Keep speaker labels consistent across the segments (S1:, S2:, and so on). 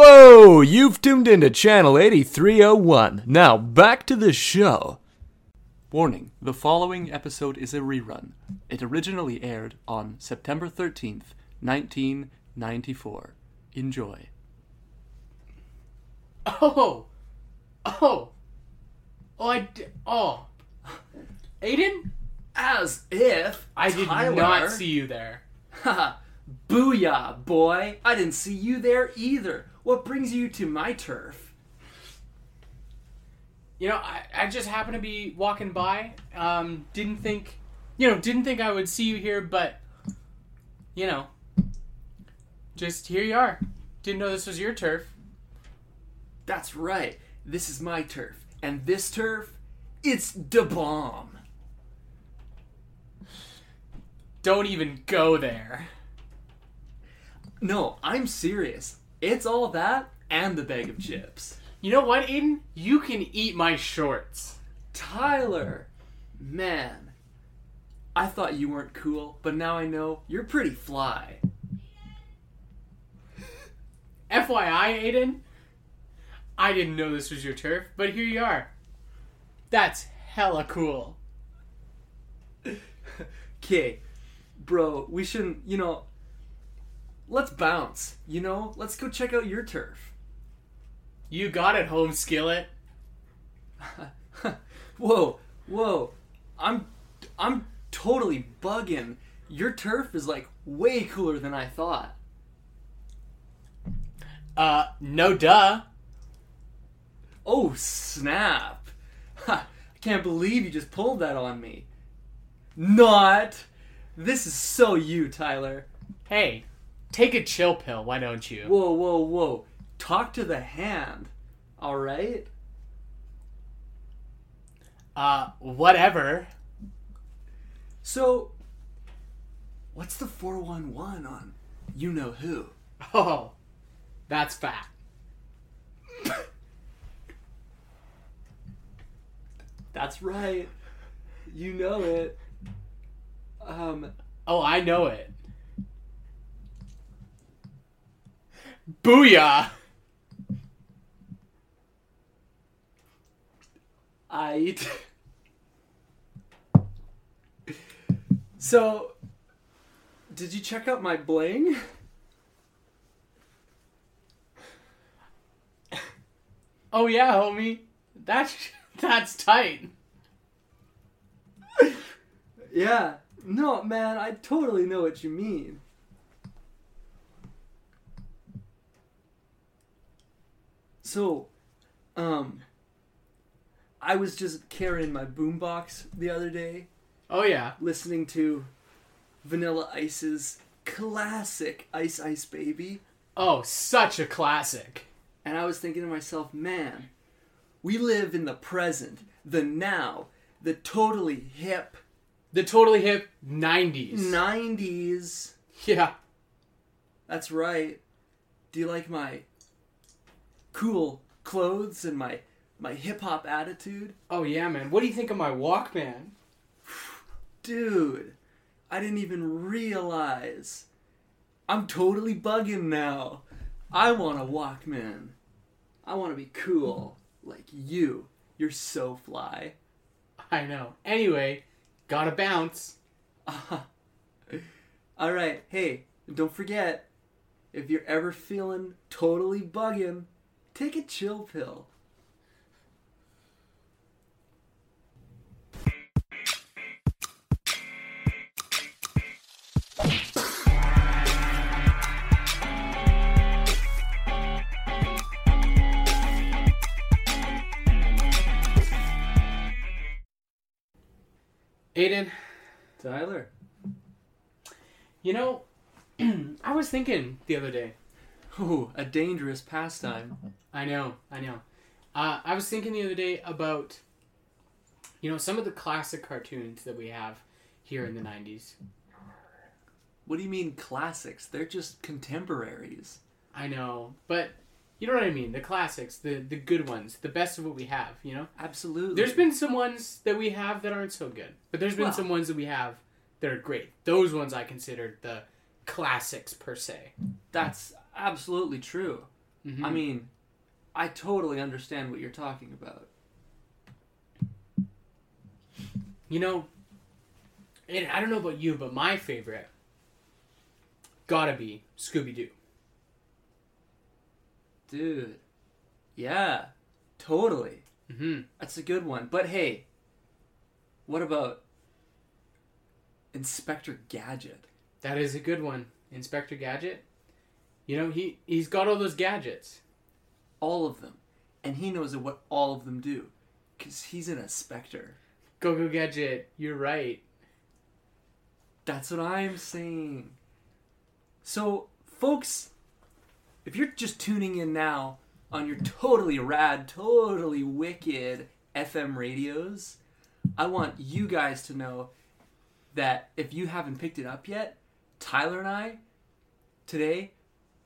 S1: Hello, you've tuned into Channel 8301. Now, back to the show.
S2: Warning the following episode is a rerun. It originally aired on September 13th, 1994. Enjoy.
S3: Oh, oh, oh! I d- oh, Aiden,
S2: As if
S3: I did
S2: Tyler-
S3: not see you there.
S2: Haha, Booyah, boy! I didn't see you there either. What brings you to my turf?
S3: You know, I, I just happened to be walking by. Um, didn't think, you know, didn't think I would see you here, but, you know, just here you are. Didn't know this was your turf.
S2: That's right. This is my turf, and this turf, it's the bomb.
S3: Don't even go there.
S2: No, I'm serious. It's all that and the bag of chips.
S3: You know what, Aiden? You can eat my shorts.
S2: Tyler, man, I thought you weren't cool, but now I know you're pretty fly.
S3: FYI, Aiden, I didn't know this was your turf, but here you are. That's hella cool.
S2: Okay, bro, we shouldn't, you know, let's bounce, you know? Let's go check out your turf.
S3: You got it, home skillet.
S2: Whoa, whoa. I'm I'm totally bugging. Your turf is like way cooler than I thought.
S3: Uh, no duh.
S2: Oh, snap. Ha, I can't believe you just pulled that on me. Not. This is so you, Tyler.
S3: Hey, take a chill pill, why don't you?
S2: Whoa, whoa, whoa. Talk to the hand. All right?
S3: Uh, whatever.
S2: So, what's the 411 on You Know Who?
S3: Oh, that's fat.
S2: That's right. You know it. Um,
S3: Oh, I know it. Booyah!
S2: I. so, did you check out my bling?
S3: Oh yeah, homie. That's that's tight.
S2: Yeah. No, man, I totally know what you mean. So, um, I was just carrying my boombox the other day,
S3: Oh yeah.
S2: listening to Vanilla Ice's classic Ice Ice Baby,
S3: Oh, such a classic.
S2: and I was thinking to myself, man, we live in the present, the now, the totally hip
S3: The totally hip 90s.
S2: 90s.
S3: Yeah.
S2: That's right. Do you like my cool clothes and my my hip hop attitude?
S3: Oh yeah, man. What do you think of my Walkman?
S2: Dude, I didn't even realize. I'm totally bugging now. I want a Walkman. I want to be cool like you. You're so fly.
S3: I know. Anyway, gotta bounce.
S2: All right, hey, don't forget if you're ever feeling totally bugging, take a chill pill.
S3: Aiden,
S2: Tyler.
S3: you know, I was thinking the other day.
S2: Oh, a dangerous pastime.
S3: I know, I know. Uh, I was thinking the other day about, you know, some of the classic cartoons that we have here in the 90s.
S2: What do you mean classics? They're just contemporaries.
S3: I know, but you know what I mean? The classics, the, the good ones, the best of what we have, you know?
S2: Absolutely.
S3: There's been some ones that we have that aren't so good, but there's been
S2: Well-
S3: some ones that we have that are great. Those ones I considered the classics per se.
S2: Mm-hmm.
S3: Hmm.
S2: that's absolutely true. I mean, I totally understand what you're talking about.
S3: You know, and I don't know about you, but my favorite gotta be Scooby Doo.
S2: Dude. Yeah. Totally.
S3: Mm-hmm.
S2: That's a good one. But hey, what about Inspector Gadget?
S3: That is a good one, Inspector Gadget. You know he he's got all those gadgets.
S2: All of them. And he knows what all of them do. Because he's an inspector.
S3: Go go gadget. You're right.
S2: That's what I'm saying. So, folks, if you're just tuning in now on your totally rad, totally wicked FM radios, I want you guys to know that if you haven't picked it up yet, Tyler and I today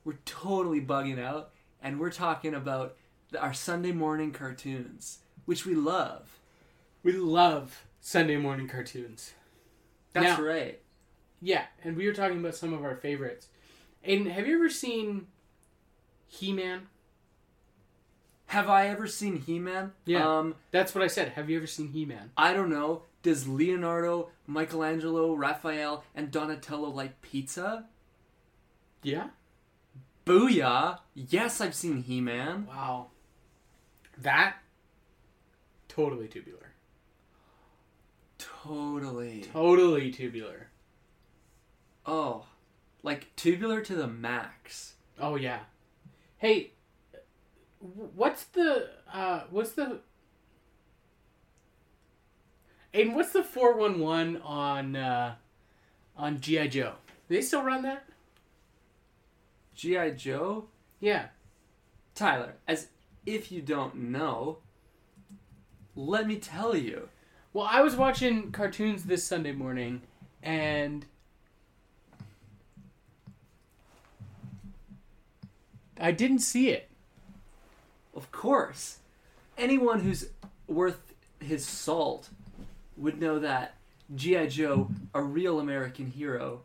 S2: we're totally bugging out and we're talking about the, our Sunday morning cartoons, which we love.
S3: We love Sunday morning cartoons.
S2: That's
S3: Now-
S2: right.
S3: Yeah, and we were talking about some of our favorites. Aiden, have you ever seen He Man?
S2: Have I ever seen He-Man?
S3: Yeah.
S2: Um,
S3: That's what I said. Have you ever seen He Man?
S2: I don't know, does Leonardo, Michelangelo, Raphael, and Donatello like pizza?
S3: Yeah.
S2: Booyah! Yes, I've seen He Man.
S3: Wow. That totally tubular.
S2: Totally.
S3: Totally tubular.
S2: Oh, like tubular to the max.
S3: Oh yeah. Hey, wh- what's the uh what's the Aiden, what's the 411 on uh on GI Joe? Do they still run that?
S2: G.I. Joe?
S3: Yeah.
S2: Tyler, as if you don't know, let me tell you.
S3: Well, I was watching cartoons this Sunday morning, and I didn't see it.
S2: Of course, anyone who's worth his salt would know that G.I. Joe, a real American hero,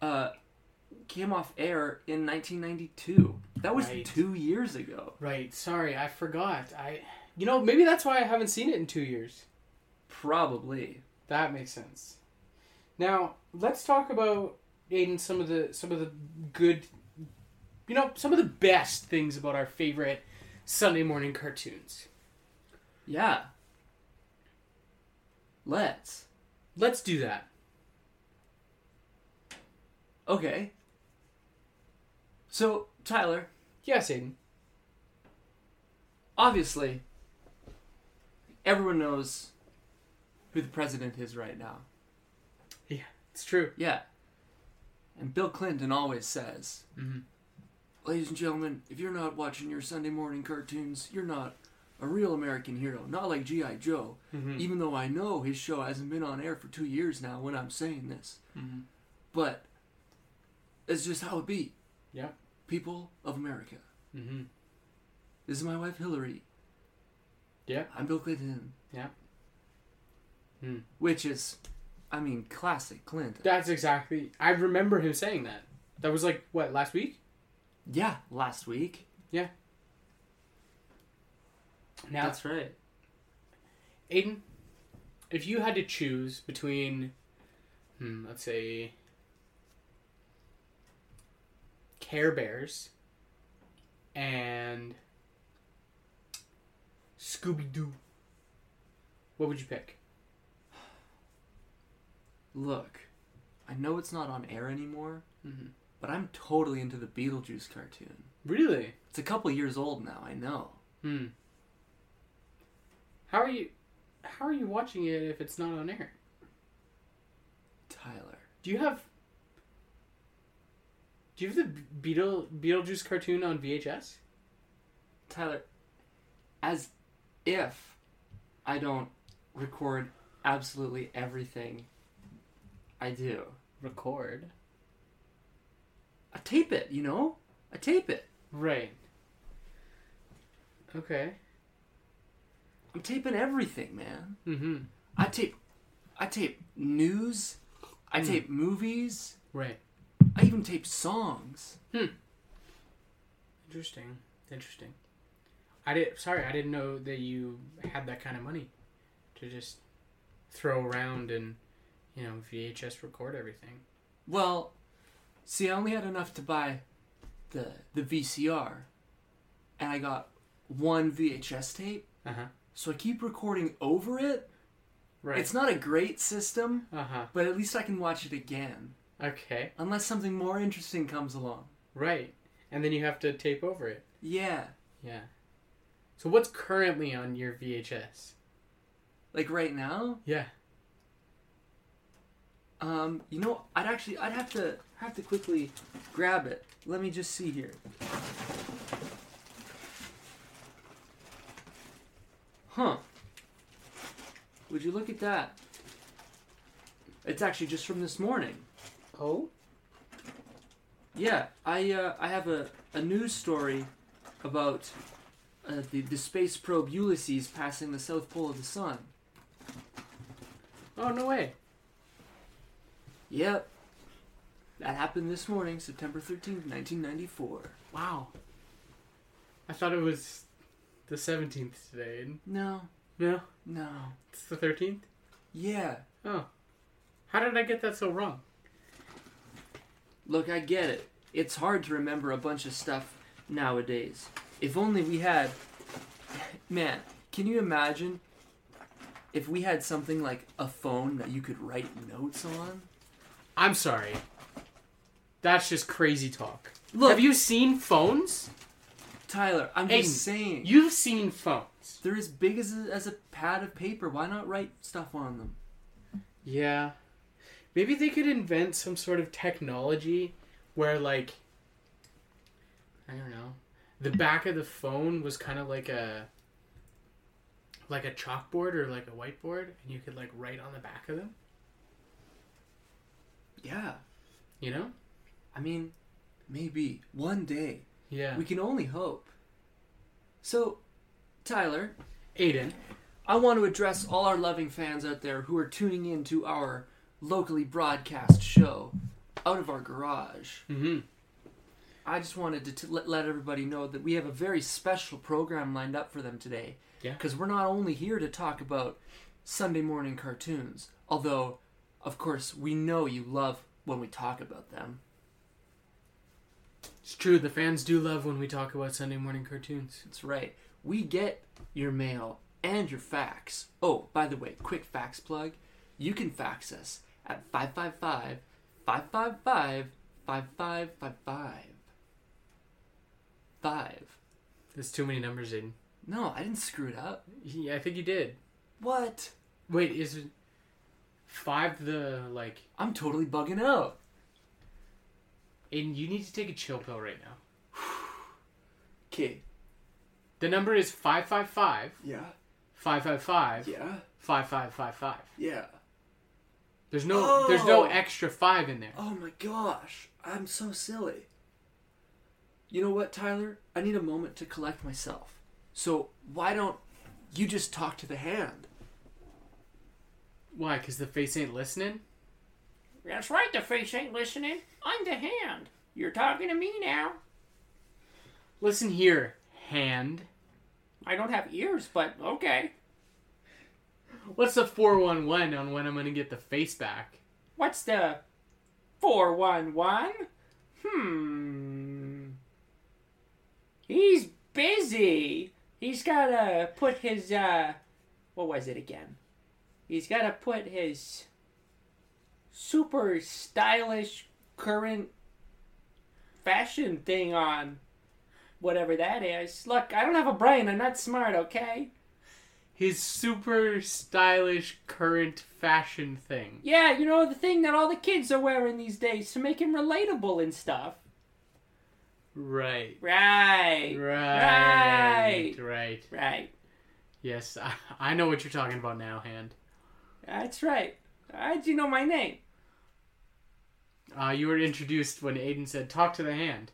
S2: uh, came off air in 1992. That was
S3: Right.
S2: two years ago.
S3: Right. Sorry, I forgot. I, you know, maybe that's why I haven't seen it in two years.
S2: Probably.
S3: That makes sense. Now let's talk about Aiden. Some of the some of the good, you know, some of the best things about our favorite Sunday morning cartoons.
S2: Yeah. Let's.
S3: Let's do that.
S2: Okay. So, Tyler,
S3: Yes, Aiden.
S2: obviously, everyone knows who the president is right now.
S3: Yeah, it's true.
S2: Yeah. And Bill Clinton always says,
S3: Mhm.
S2: Ladies and gentlemen, if you're not watching your Sunday morning cartoons, you're not a real American hero. Not like G.I. Joe,
S3: Mhm.
S2: even though I know his show hasn't been on air for two years now when I'm saying this.
S3: Mm-hmm.
S2: But it's just how it be.
S3: Yeah.
S2: People of America.
S3: Mm-hmm.
S2: This is my wife, Hillary.
S3: Yeah.
S2: I'm Bill Clinton.
S3: Yeah. Hmm.
S2: Which is, I mean, classic Clinton.
S3: That's exactly. I remember him saying that. That was like what last week.
S2: yeah, last week.
S3: Now,
S2: That's right.
S3: Aiden, if you had to choose between, hmm, let's say, Care Bears and Scooby Doo, what would you pick?
S2: Look, I know it's not on air anymore,
S3: Mhm.
S2: but I'm totally into the Beetlejuice cartoon.
S3: Really?
S2: It's a couple years old now, I know.
S3: Hmm. How are you? How are you watching it if it's not on air?
S2: Tyler.
S3: Do you have? Do you have the Beetle Beetlejuice cartoon on VHS?
S2: Tyler, as if I don't record absolutely everything I do.
S3: Record.
S2: I tape it, you know? I tape it.
S3: Right. Okay.
S2: I'm taping everything, man.
S3: Mm-hmm.
S2: I tape I tape news. I tape movies.
S3: Right.
S2: I even tape songs.
S3: Interesting. Interesting. I did. Sorry, I didn't know that you had that kind of money to just throw around and you know VHS record everything.
S2: Well, see, I only had enough to buy the the VCR, and I got one VHS tape.
S3: Uh huh.
S2: So I keep recording over it.
S3: Right.
S2: It's not a great system,
S3: Uh huh.
S2: but at least I can watch it again,
S3: Okay.
S2: unless something more interesting comes along.
S3: Right. And then you have to tape over it.
S2: Yeah,
S3: Yeah. So what's currently on your VHS?
S2: like right now,
S3: Yeah.
S2: um, you know, I'd actually, I'd have to have to quickly grab it. Let me just see here. Huh. Would you look at that? It's actually just from this morning.
S3: Oh.
S2: Yeah, I uh, I have a, a news story about uh, the the space probe Ulysses passing the south pole of the sun.
S3: Oh no way.
S2: Yep. That happened this morning, September 13th, 1994.
S3: Wow. I thought it was the seventeenth today.
S2: No,
S3: No,
S2: no.
S3: it's the thirteenth.
S2: Yeah.
S3: Oh. How did I get that so wrong?
S2: Look, I get it. It's hard to remember a bunch of stuff nowadays. If only we had. Man, can you imagine if we had something like a phone that you could write notes on?
S3: I'm sorry. That's just crazy talk.
S2: Look-
S3: have you seen phones?
S2: Tyler, I'm
S3: Aiden,
S2: just saying.
S3: You've seen phones.
S2: They're as big as a, as a pad of paper. Why not write stuff on them?
S3: Yeah. Maybe they could invent some sort of technology where, like, I don't know, the back of the phone was kind of like a like a chalkboard or like a whiteboard, and you could like write on the back of them.
S2: Yeah.
S3: You know?
S2: I mean, maybe one day.
S3: Yeah.
S2: We can only hope. So, Tyler,
S3: Aiden.
S2: I want to address all our loving fans out there who are tuning in to our locally broadcast show out of our garage.
S3: Mm-hmm.
S2: I just wanted to t- let, let everybody know that we have a very special program lined up for them today.
S3: Yeah.
S2: Because we're not only here to talk about Sunday morning cartoons, although, of course, we know you love when we talk about them.
S3: It's true. The fans do love when we talk about Sunday morning cartoons.
S2: That's right. We get your mail and your fax. Oh, by the way, quick fax plug. You can fax us at 555 555 5555. Five.
S3: There's too many numbers, Aiden.
S2: No, I didn't screw it up.
S3: Yeah, I think you did.
S2: What?
S3: Wait, is it five the like?
S2: I'm totally bugging out.
S3: Aiden, you need to take a chill pill right now.
S2: Okay.
S3: The number is 555
S2: Yeah.
S3: 555
S2: Yeah.
S3: 5555.
S2: Yeah.
S3: There's no there's no
S2: Oh.
S3: extra 5 in there.
S2: Oh my gosh. I'm so silly. You know what, Tyler? I need a moment to collect myself. So, why don't you just talk to the hand?
S3: Why? Cuz the face ain't listening?
S4: That's right, the face ain't listening. I'm the hand. You're talking to me now.
S3: Listen here, hand.
S4: I don't have ears, but okay.
S3: What's the 411 on when I'm going to get the face back?
S4: What's the 411? Hmm. He's busy. He's gotta put his, uh, what was it again? He's gotta put his super stylish current fashion thing on. Whatever that is. Look, I don't have a brain. I'm not smart, okay?
S3: His super stylish current fashion thing.
S4: Yeah, you know, the thing that all the kids are wearing these days to make him relatable and stuff.
S3: Right.
S4: Right.
S3: Right. Right.
S4: Right.
S3: Yes, I, I know what you're talking about now, hand.
S4: That's right. How'd you know my name?
S3: Uh, you were introduced when Aiden said, "Talk to the hand."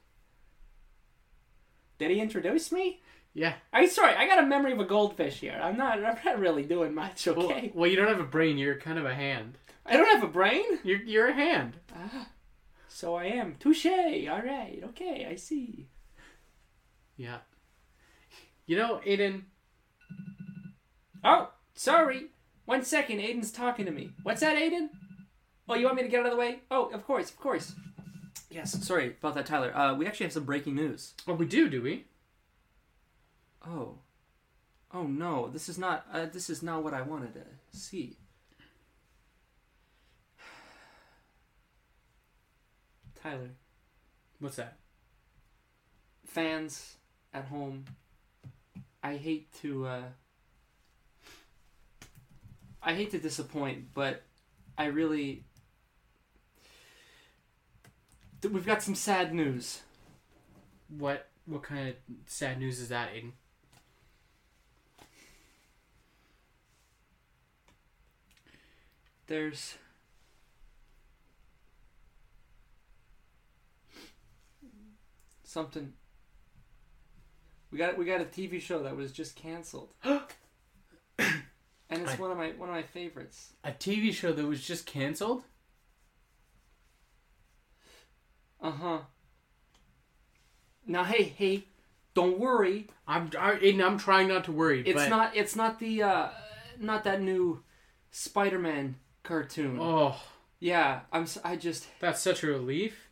S4: Did he introduce me?
S3: Yeah.
S4: I'm sorry, I got a memory of a goldfish here. I'm not I'm not really doing much,
S3: Well,
S4: okay?
S3: well, you don't have a brain. You're kind of a hand.
S4: I don't have a brain.
S3: You're you're a hand.
S4: So I am. Touche. Alright, okay, I see.
S3: Yeah. You know, Aiden,
S2: Oh, sorry. One second, Aiden's talking to me. What's that, Aiden? Oh, you want me to get out of the way? Oh, of course, of course.
S5: Yes, sorry about that, Tyler. Uh, we actually have some breaking news.
S3: well, we do, do we?
S5: Oh, oh no, this is not. Uh, this is not what I wanted to see.
S2: Tyler,
S3: What's that?
S2: fans at home, I hate to uh I hate to disappoint, but I really Th- we've got some sad news.
S3: What what kind of sad news is that, Aiden?
S2: There's something we got we got a TV show that was just canceled. and it's
S3: I-
S2: one of my one of my favorites.
S3: A TV show that was just canceled?
S2: Uh huh. Now, hey, hey, don't worry.
S3: I'm I, Aiden. I'm trying not to worry.
S2: It's
S3: but,
S2: not. It's not the. uh Not that new Spider-Man cartoon.
S3: Oh,
S2: Yeah, I'm. s- I just.
S3: that's such a relief.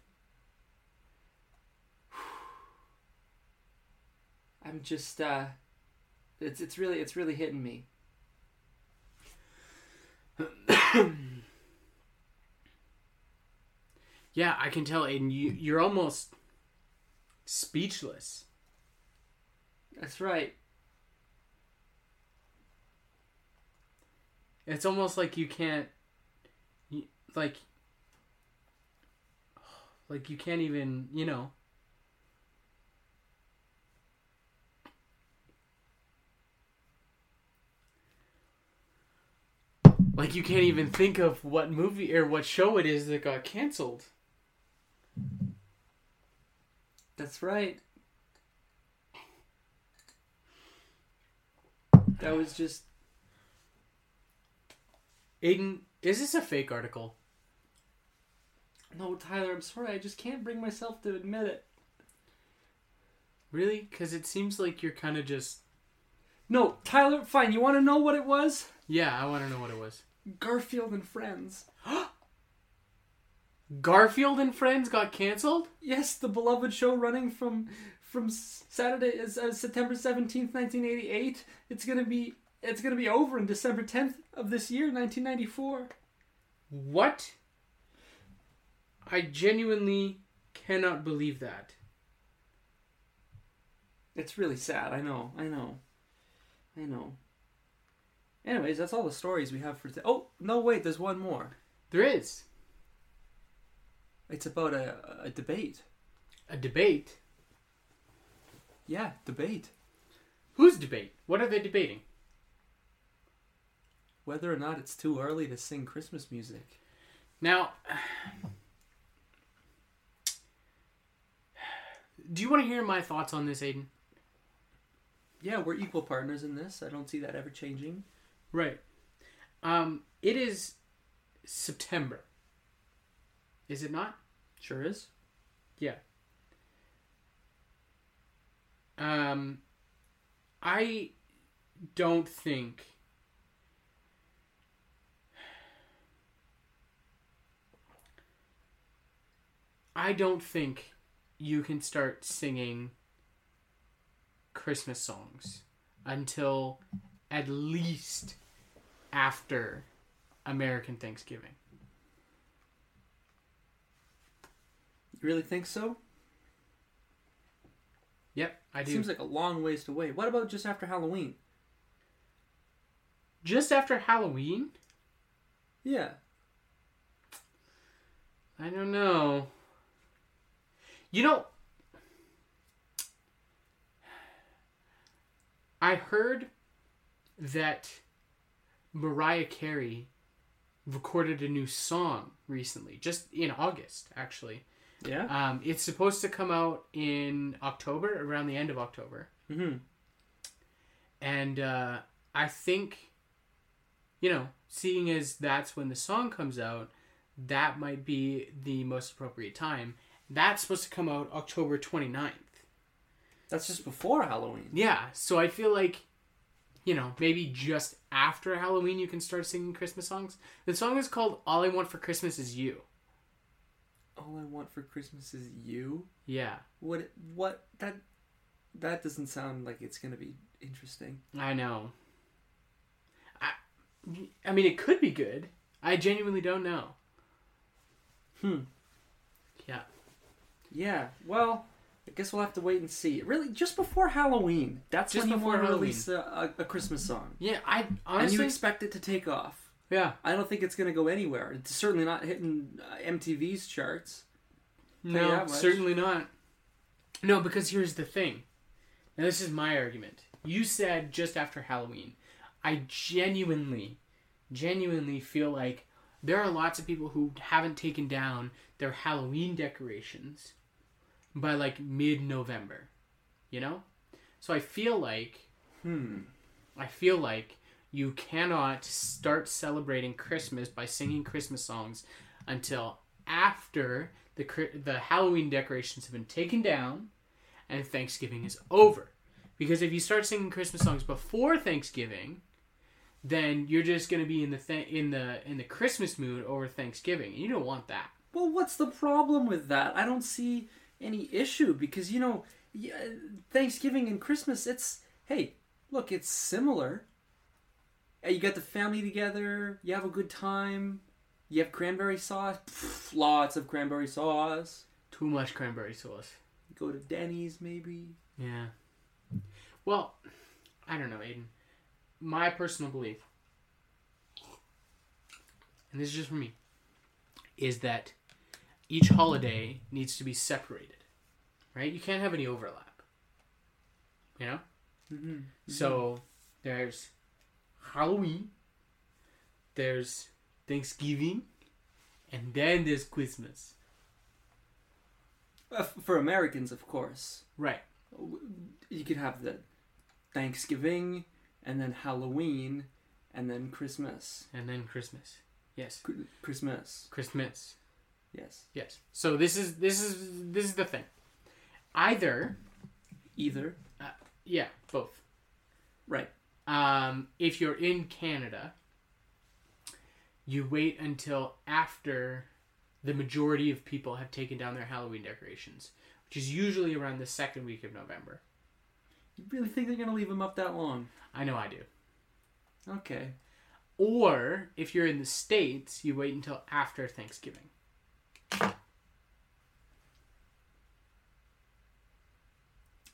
S2: I'm just. uh It's. It's really. It's really hitting me.
S3: Yeah, I can tell, Aiden. You you're almost speechless.
S2: That's right.
S3: It's almost like you can't, you, like, like you can't even, you know. Like you can't even think of what movie or what show it is that got canceled.
S2: That's right. That was just.
S3: Aiden, is this a fake article?
S2: No, Tyler. I'm sorry. I just can't bring myself to admit it.
S3: Really? Because it seems like you're kind of just.
S2: No, Tyler. Fine. You want to know what it was?
S3: Yeah, I want to know what it was.
S2: Garfield and Friends.
S3: Garfield and Friends got canceled?
S2: Yes, the beloved show running from from S- Saturday is uh, September seventeenth, nineteen eighty eight. It's gonna be it's gonna be over in December tenth of this year, nineteen ninety four.
S3: What? I genuinely cannot believe that.
S2: It's really sad. I know. I know. I know.
S5: Anyways, that's all the stories we have for today. Oh no, wait, there's one more.
S3: There is
S5: It's about a, a debate.
S3: a debate.
S5: Yeah, debate.
S3: Whose debate? What are they debating?
S5: Whether or not it's too early to sing Christmas music.
S3: Now, do you want to hear my thoughts on this, Aiden?
S5: Yeah, we're equal partners in this. I don't see that ever changing.
S3: Right. Um, it is September. Is it not?
S5: Sure is.
S3: Yeah. Um, I don't think. I don't think you can start singing Christmas songs until at least after American Thanksgiving.
S5: You really think so?
S3: Yep, I do.
S5: Seems like a long ways to wait. What about just after Halloween?
S3: Just after Halloween?
S5: Yeah.
S3: I don't know. You know, I heard that Mariah Carey recorded a new song recently, just in August, actually.
S5: Yeah.
S3: Um, it's supposed to come out in October, around the end of October.
S5: Mhm.
S3: And uh, I think, you know, seeing as that's when the song comes out, that might be the most appropriate time. That's supposed to come out October 29th.
S2: That's just before Halloween.
S3: Yeah, so I feel like, you know, maybe just after Halloween you can start singing Christmas songs. The song is called All I Want for Christmas Is You.
S2: All I want for Christmas is you.
S3: Yeah,
S2: What? What? That. That doesn't sound like it's gonna be interesting.
S3: I know. I, I mean, it could be good. I genuinely don't know.
S2: Hmm.
S3: Yeah.
S2: Yeah. Well, I guess we'll have to wait and see. Really, just before Halloween. That's
S3: Just
S2: when you
S3: before
S2: want to
S3: Halloween.
S2: release a, a, a Christmas song,
S3: Yeah, I
S2: and you
S3: honestly.
S2: expect it to take off.
S3: yeah.
S2: I don't think it's gonna go anywhere. It's certainly not hitting uh, MTV's charts. you
S3: No,
S2: that much.
S3: certainly not. No, because here's the thing. Now, this is my argument. You said just after Halloween. I genuinely, genuinely feel like there are lots of people who haven't taken down their Halloween decorations by like mid November, you know? So I feel like,
S2: Hmm.
S3: I feel like you cannot start celebrating Christmas by singing Christmas songs until after the cri- the Halloween decorations have been taken down and Thanksgiving is over. Because if you start singing Christmas songs before Thanksgiving, then you're just going to be in the th- in the in the Christmas mood over Thanksgiving, and you don't want that.
S2: Well, what's the problem with that? I don't see any issue because you know, yeah, Thanksgiving and Christmas. It's hey, look, it's similar. Uh, You got the family together. You have a good time. You have cranberry sauce. Pff, lots of cranberry sauce.
S3: Too much cranberry sauce.
S2: Go to Denny's maybe.
S3: Yeah. Well, I don't know, Aiden. My personal belief, and this is just for me, is that each holiday needs to be separated, right? You can't have any overlap, you know? So there's Halloween, there's Thanksgiving, and then there's Christmas.
S2: Uh, f- For Americans, of course,
S3: Right.
S2: you could have the Thanksgiving and then Halloween and then Christmas.
S3: And then Christmas. Yes.
S2: Cr- Christmas.
S3: Christmas.
S2: Yes.
S3: Yes. So this is this is this is the thing. Either
S2: Either.
S3: yeah, both.
S2: Right.
S3: Um, if you're in Canada, you wait until after the majority of people have taken down their Halloween decorations, which is usually around the second week of November.
S2: You really think they're gonna leave him up that long?
S3: I know I do.
S2: Okay.
S3: Or if you're in the states, you wait until after Thanksgiving.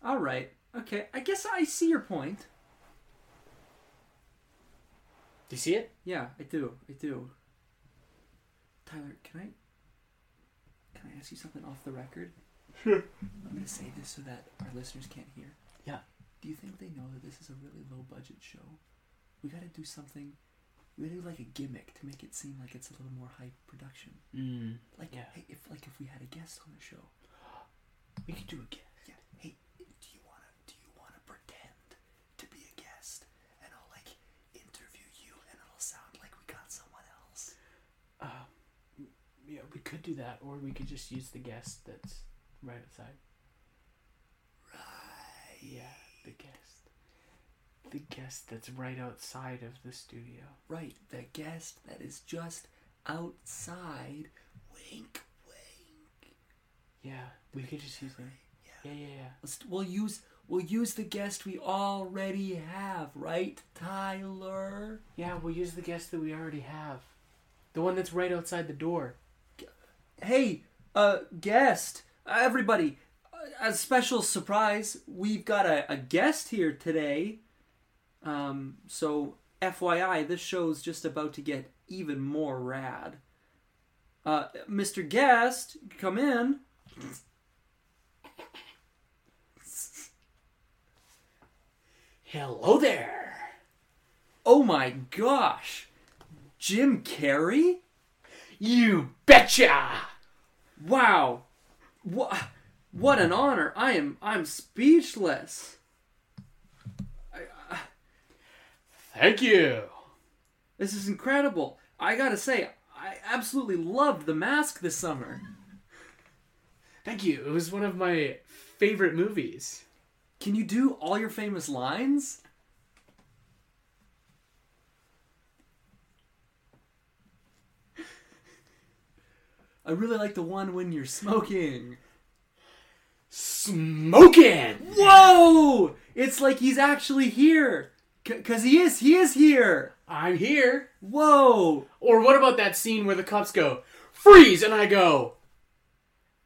S2: All right. Okay. I guess I see your point.
S3: Do you see it?
S2: Yeah, I do. I do. Tyler, can I can I ask you something off the record? Sure. I'm gonna say this so that our listeners can't hear.
S3: Yeah.
S2: Do you think they know that this is a really low budget show? We gotta do something. We gotta do like a gimmick to make it seem like it's a little more hype production.
S3: Mm.
S2: Like,
S3: Yeah.
S2: hey, if like if we had a guest on the show,
S3: We could do a guess.
S2: Yeah. Hey, do you wanna do you wanna pretend to be a guest, and I'll like interview you, and it'll sound like we got someone else.
S3: Um, Yeah, we could do that, or we could just use the guest that's right outside. Right. Yeah, the guest. The guest that's right outside of the studio.
S2: Right, the guest that is just outside. Wink, wink.
S3: Yeah, we could just use them. Yeah, yeah, yeah.
S2: Let's, we'll use we'll use the guest we already have, right, Tyler?
S3: Yeah, we'll use the guest that we already have. The one that's right outside the door.
S2: Hey, uh, guest, everybody, uh, a special surprise. We've got a, a guest here today. Um, so FYI, this show's just about to get even more rad. Uh, Mr. Guest, come in.
S3: Hello there!
S2: Oh my gosh, Jim Carrey?
S3: You betcha!
S2: Wow, what, what an honor! I am, I'm speechless.
S3: Thank you!
S2: This is incredible. I gotta say, I absolutely loved the mask this summer.
S3: Thank you. It was one of my favorite movies.
S2: Can you do all your famous lines? I really like the one when you're smoking.
S3: Smoking!
S2: Whoa! It's like he's actually here. C- Cause he is, he is here.
S3: I'm here.
S2: Whoa!
S3: Or what about that scene where the cops go, freeze, and I go,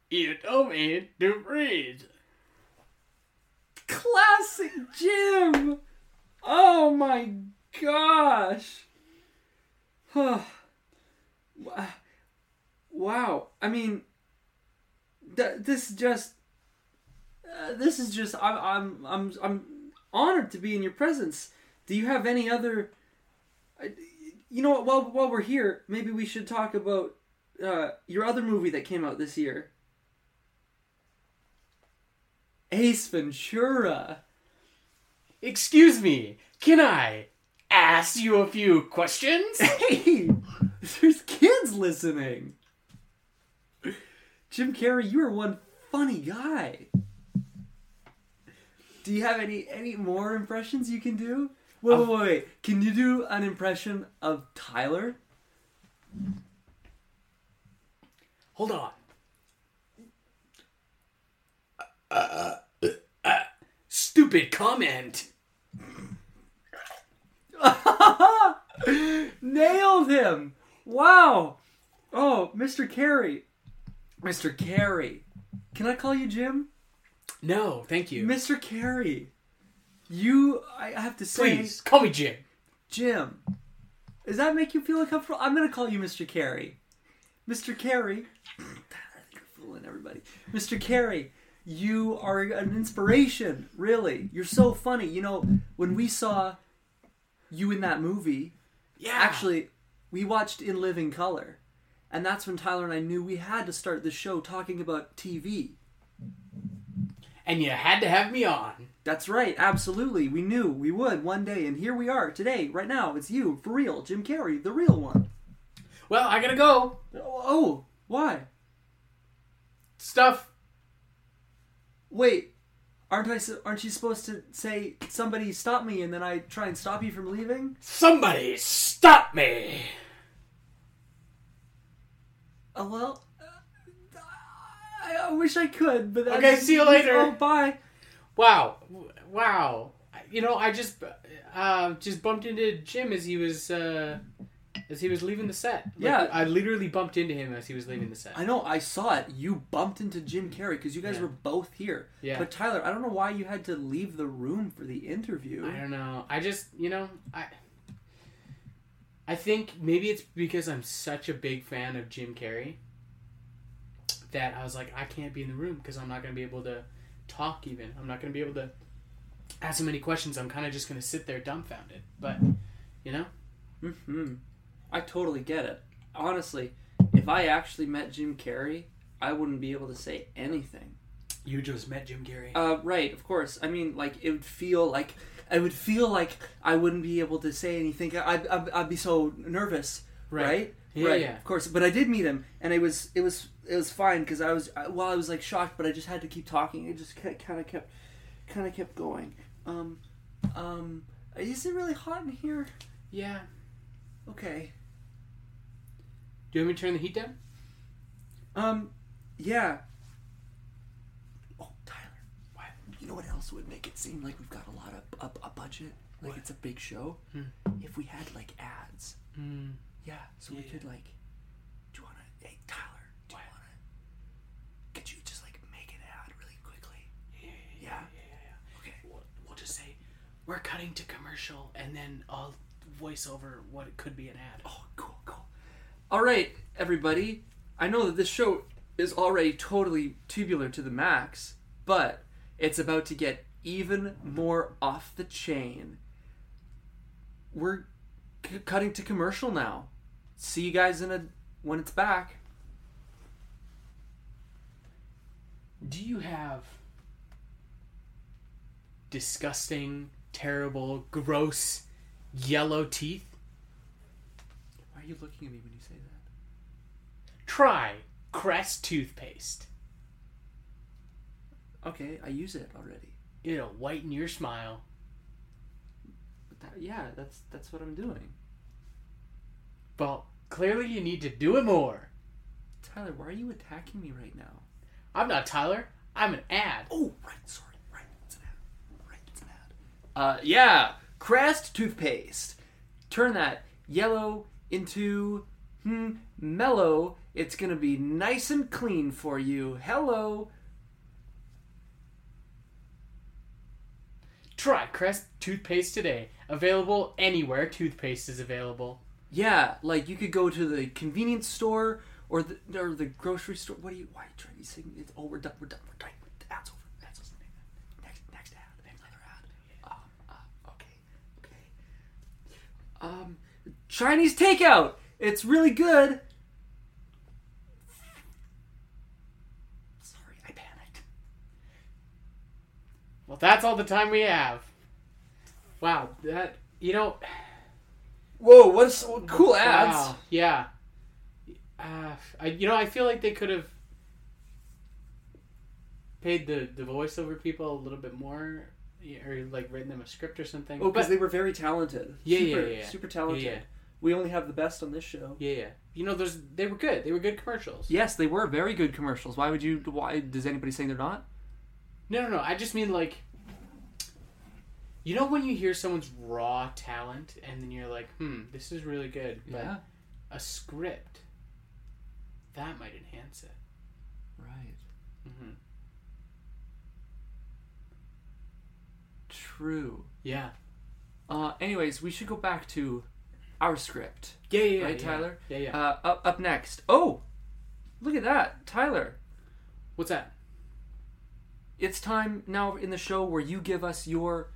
S3: you told me to freeze.
S2: Classic Jim! Oh my gosh! Huh. Wa- wow. I mean, th- this is just. Uh, this is just. I'm, I'm. I'm. I'm honored to be in your presence. Do you have any other? I- You know what? While while we're here, maybe we should talk about uh, your other movie that came out this year. Ace Ventura.
S3: Excuse me, can I ask you a few questions?
S2: Hey, there's kids listening. Jim Carrey, you are one funny guy. Do you have any any more impressions you can do? Wait, wait, wait, wait. Can you do an impression of Tyler?
S3: Hold on. Stupid comment.
S2: Nailed him! Wow! Oh, Mr. Carrey. Mr. Carrey. Can I call you Jim?
S3: No, thank you.
S2: Mr. Carrey. You, I I have to say.
S3: Please call me Jim.
S2: Jim, does that make you feel uncomfortable? I'm gonna call you Mr. Carey. Mr. Carey, I think I'm fooling everybody. Mr. Carey, you are an inspiration. Really, you're so funny. You know, when we saw you in that movie,
S3: Yeah,
S2: actually, we watched In Living Color, and that's when Tyler and I knew we had to start the show talking about TV.
S3: and you had to have me on.
S2: That's right, absolutely. We knew we would one day, and here we are today, right now. It's you, for real, Jim Carrey, the real one.
S3: Well, I gotta go.
S2: Oh, why?
S3: Stuff.
S2: Wait, aren't I? su- Aren't you supposed to say somebody stop me, and then I try and stop you from leaving?
S3: Somebody stop me.
S2: Oh well, uh, I, I wish I could, but I
S3: Okay,
S2: just-
S3: see you later.
S2: Oh, bye.
S3: Wow, W- wow. You know, I just uh, just bumped into Jim as he was uh, as he was leaving the set. Like,
S2: Yeah.
S3: I literally bumped into him as he was leaving the set.
S2: I know I saw it. You bumped into Jim Carrey because you guys
S3: Yeah.
S2: were both here.
S3: Yeah.
S2: But Tyler, I don't know why you had to leave the room for the interview.
S3: I don't know. I just, you know, I I think maybe it's because I'm such a big fan of Jim Carrey that I was like, I can't be in the room because I'm not going to be able to talk even. I'm not going to be able to ask him any questions. I'm kind of just going to sit there dumbfounded. But, you know,
S2: Hmm. I totally get it. Honestly, if I actually met Jim Carrey, I wouldn't be able to say anything.
S3: you just met Jim Carrey.
S2: Uh, right, of course. I mean, like it would feel like I would feel like I wouldn't be able to say anything. I'd I'd, I'd be so nervous, right?
S3: Right.
S2: Right.
S3: Yeah, yeah.
S2: Of course, but I did meet him, and it was it was it was fine because I was I, well, I was like shocked, but I just had to keep talking. It just kind of kept kind of kept going. Um, um, is it really hot in here?
S3: yeah.
S2: Okay.
S3: Do you want me to turn the heat down?
S2: Um, yeah. Oh, Tyler.
S3: What?
S2: You know what else would make it seem like we've got a lot of a, a budget, like it's a big show? If we had like ads,
S3: Mm.
S2: Hmm. yeah. So we could like, do you wanna? Hey, Tyler, do you wanna? Could you just like make an ad really quickly? Yeah.
S3: Okay, we'll, we'll just say we're cutting to commercial and then I'll voice over what could be an ad.
S2: Oh, cool, cool. All right, everybody. I know that this show is already totally tubular to the max, but it's about to get even more off the chain. We're c- cutting to commercial now. See you guys in a when it's back.
S3: Do you have disgusting, terrible, gross, yellow teeth?
S2: Why are you looking at me when you say that?
S3: Try Crest toothpaste.
S2: Okay, I use it already.
S3: It'll whiten your smile.
S2: But that, yeah, that's that's what I'm doing.
S3: Well, clearly you need to do it more.
S2: Tyler, why are you attacking me right now?
S3: I'm not Tyler. I'm an ad.
S2: Oh, right, sorry, right, it's an ad. Right, it's an ad. Uh, yeah, Crest toothpaste. Turn that yellow into hmm mellow. It's gonna be nice and clean for you. Hello.
S3: Try Crest toothpaste today. Available anywhere toothpaste is available.
S2: Yeah, like you could go to the convenience store or the or the grocery store. What are you? Why are you trying to be saying? It's, oh, we're done. We're done. We're done. The ad's over. The ad's over. Next, next ad. Next other ad. Um, uh, okay, okay. Um, Chinese takeout. It's really good. Sorry, I panicked.
S3: Well, that's all the time we have. Wow, that you know.
S2: Whoa, what's what cool ads?
S3: Wow, yeah. Uh, I, you know, I feel like they could have paid the the voiceover people a little bit more, yeah, or like written them a script or something.
S2: Oh, because
S3: But-
S2: they were very talented.
S3: Yeah, yeah,
S2: super,
S3: yeah, yeah.
S2: Super talented.
S3: Yeah, yeah.
S2: We only have the best on this show.
S3: yeah, yeah. You know, there's they were good. They were good commercials.
S2: Yes, they were very good commercials. Why would you? Why does anybody say they're not?
S3: No, no, no. I just mean like, you know, when you hear someone's raw talent, and then you're like, hmm, this is really good, but a script that might enhance it.
S2: right.
S3: hmm
S2: True.
S3: Yeah.
S2: Uh, anyways, we should go back to our script,
S3: Yeah, yeah, yeah,
S2: right,
S3: yeah.
S2: Tyler?
S3: Yeah, yeah.
S2: Uh, up up next. Oh, look at that, Tyler.
S3: What's that?
S2: It's time now in the show where you give us your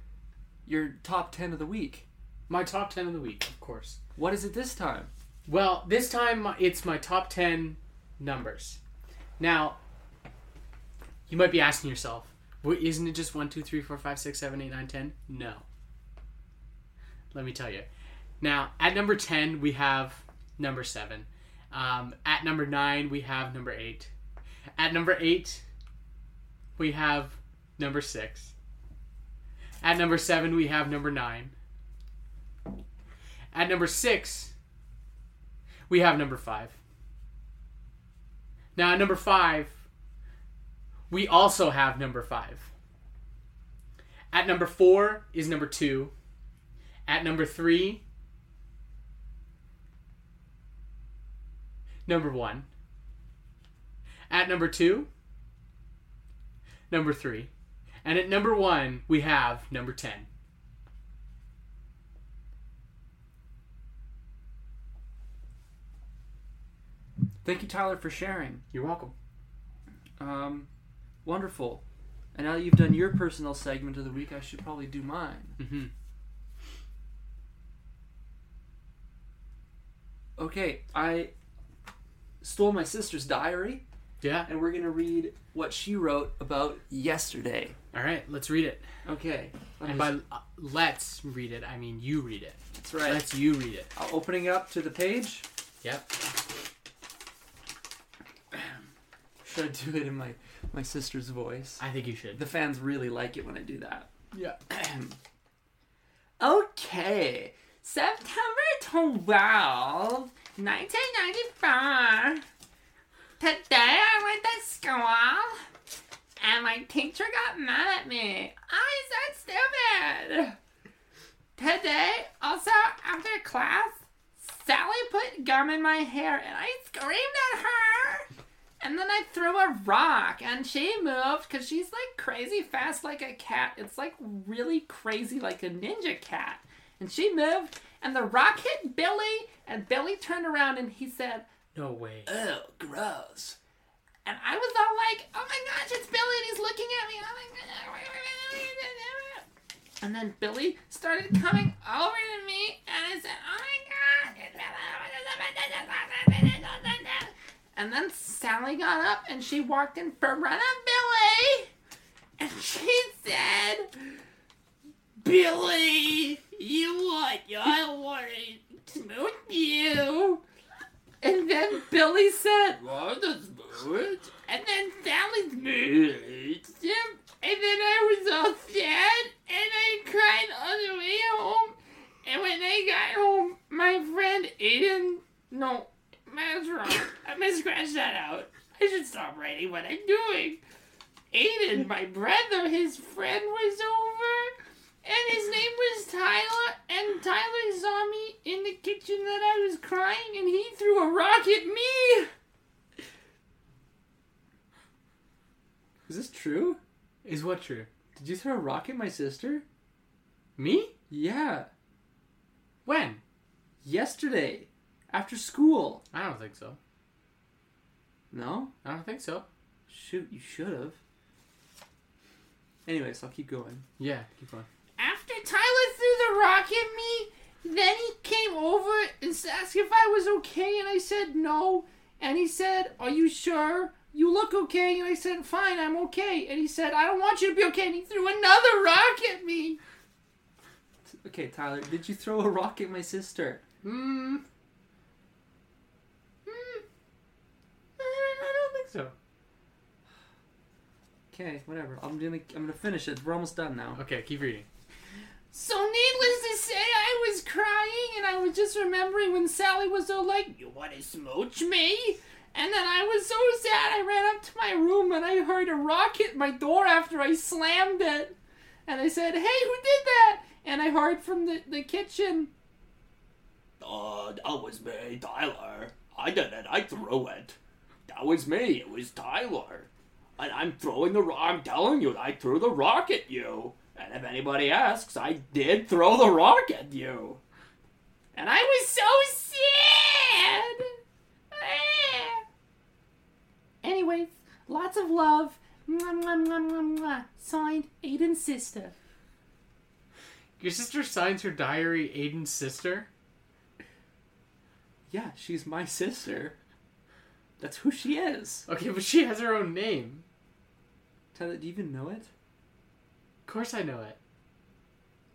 S2: your top ten of the week.
S3: My top ten of the week, of course.
S2: What is it this time?
S3: Well, this time my- it's my top 10 numbers. Now, you might be asking yourself, "Wh- isn't it just 1, 2, 3, 4, 5, 6, 7, 8, 9, 10? No. Let me tell you. Now, at number 10, we have number 7. Um, at number 9, we have number 8. At number 8, we have number 6. At number 7, we have number 9. At number 6, we have number five. Now, at number five, we also have number five. At number four is number two. At number three, number one. At number two, number three. And at number one, we have number 10.
S2: Thank you, Tyler, for sharing.
S3: You're welcome.
S2: Um, wonderful. And now that you've done your personal segment of the week, I should probably do mine.
S3: Mm-hmm.
S2: Okay, I stole my sister's diary,
S3: Yeah.
S2: and we're gonna read what she wrote about yesterday.
S3: All right, let's read it.
S2: Okay, let
S3: And
S2: me-
S3: by uh, let's read it, I mean you read it.
S2: that's right.
S3: Let's you read it.
S2: I'll- opening it up to the page.
S3: Yep.
S2: Should I do it in my my sister's voice?
S3: I think you should.
S2: The fans really like it when I do that.
S3: Yeah.
S2: Okay, September 12,
S4: 1994. Today I went to school and my teacher got mad at me. I said stupid. Today, also after class, Sally put gum in my hair and I screamed at her. And then I threw a rock and she moved because she's like crazy fast like a cat. It's like really crazy like a ninja cat. And she moved and the rock hit Billy and Billy turned around and he said,
S3: No way.
S2: Oh, gross.
S4: and I was all like, oh my gosh, it's Billy and he's looking at me. Oh my god. And then Billy started coming over to me and I said, oh my god. it's Billy." And then Sally got up and she walked in front of Billy and she said, Billy, you want, I want to smooch you. And then Billy said, and then Sally's moods. And And then I was all sad and I cried on the way home. And when I got home, my friend Aiden. No, that's wrong. I'm gonna scratch that out. I should stop writing what I'm doing. Aiden, my brother, his friend was over. And his name was Tyler. And Tyler saw me in the kitchen that I was crying and he threw a rock at me.
S2: Is this true?
S3: Is what true?
S2: Did you throw a rock at my sister?
S3: Me?
S2: Yeah,
S3: When?
S2: yesterday, after school.
S3: I don't think so.
S2: No?
S3: I don't think so.
S2: Shoot, you should have. Anyways, I'll keep going.
S3: Yeah, keep going.
S4: After Tyler threw the rock at me, then he came over and s- asked if I was okay, and I said no. And he said, Are you sure? You look okay. And I said, Fine, I'm okay. And he said, I don't want you to be okay. And he threw another rock at me.
S2: Okay, Tyler, did you throw a rock at my sister?
S4: Hmm. Hmm. I don't- I don't think
S3: So.
S2: Okay, whatever. I'm gonna I'm gonna finish it. We're almost done now.
S3: Okay, keep reading.
S4: So, needless to say, I was crying and I was just remembering when Sally was so like, You want to smooch me? And then I was so sad I ran up to my room and I heard a rock hit my door after I slammed it. And I said, Hey, who did that? And I heard from the, the kitchen.
S6: Uh, that was me, Tyler. I did it. I threw it. That was me. It was Tyler. And I'm throwing the rock. I'm telling you, I threw the rock at you. And if anybody asks, I did throw the rock at you.
S4: And I was so sad! Ah. Anyways, lots of love. Mwah, mwah, mwah, mwah, mwah. Signed, Aiden's sister.
S3: Your sister signs her diary Aiden's sister?
S2: Yeah, she's my sister. That's who she is.
S3: Okay, but she has her own name.
S2: Tyler, do you even know it?
S3: Of course I know it.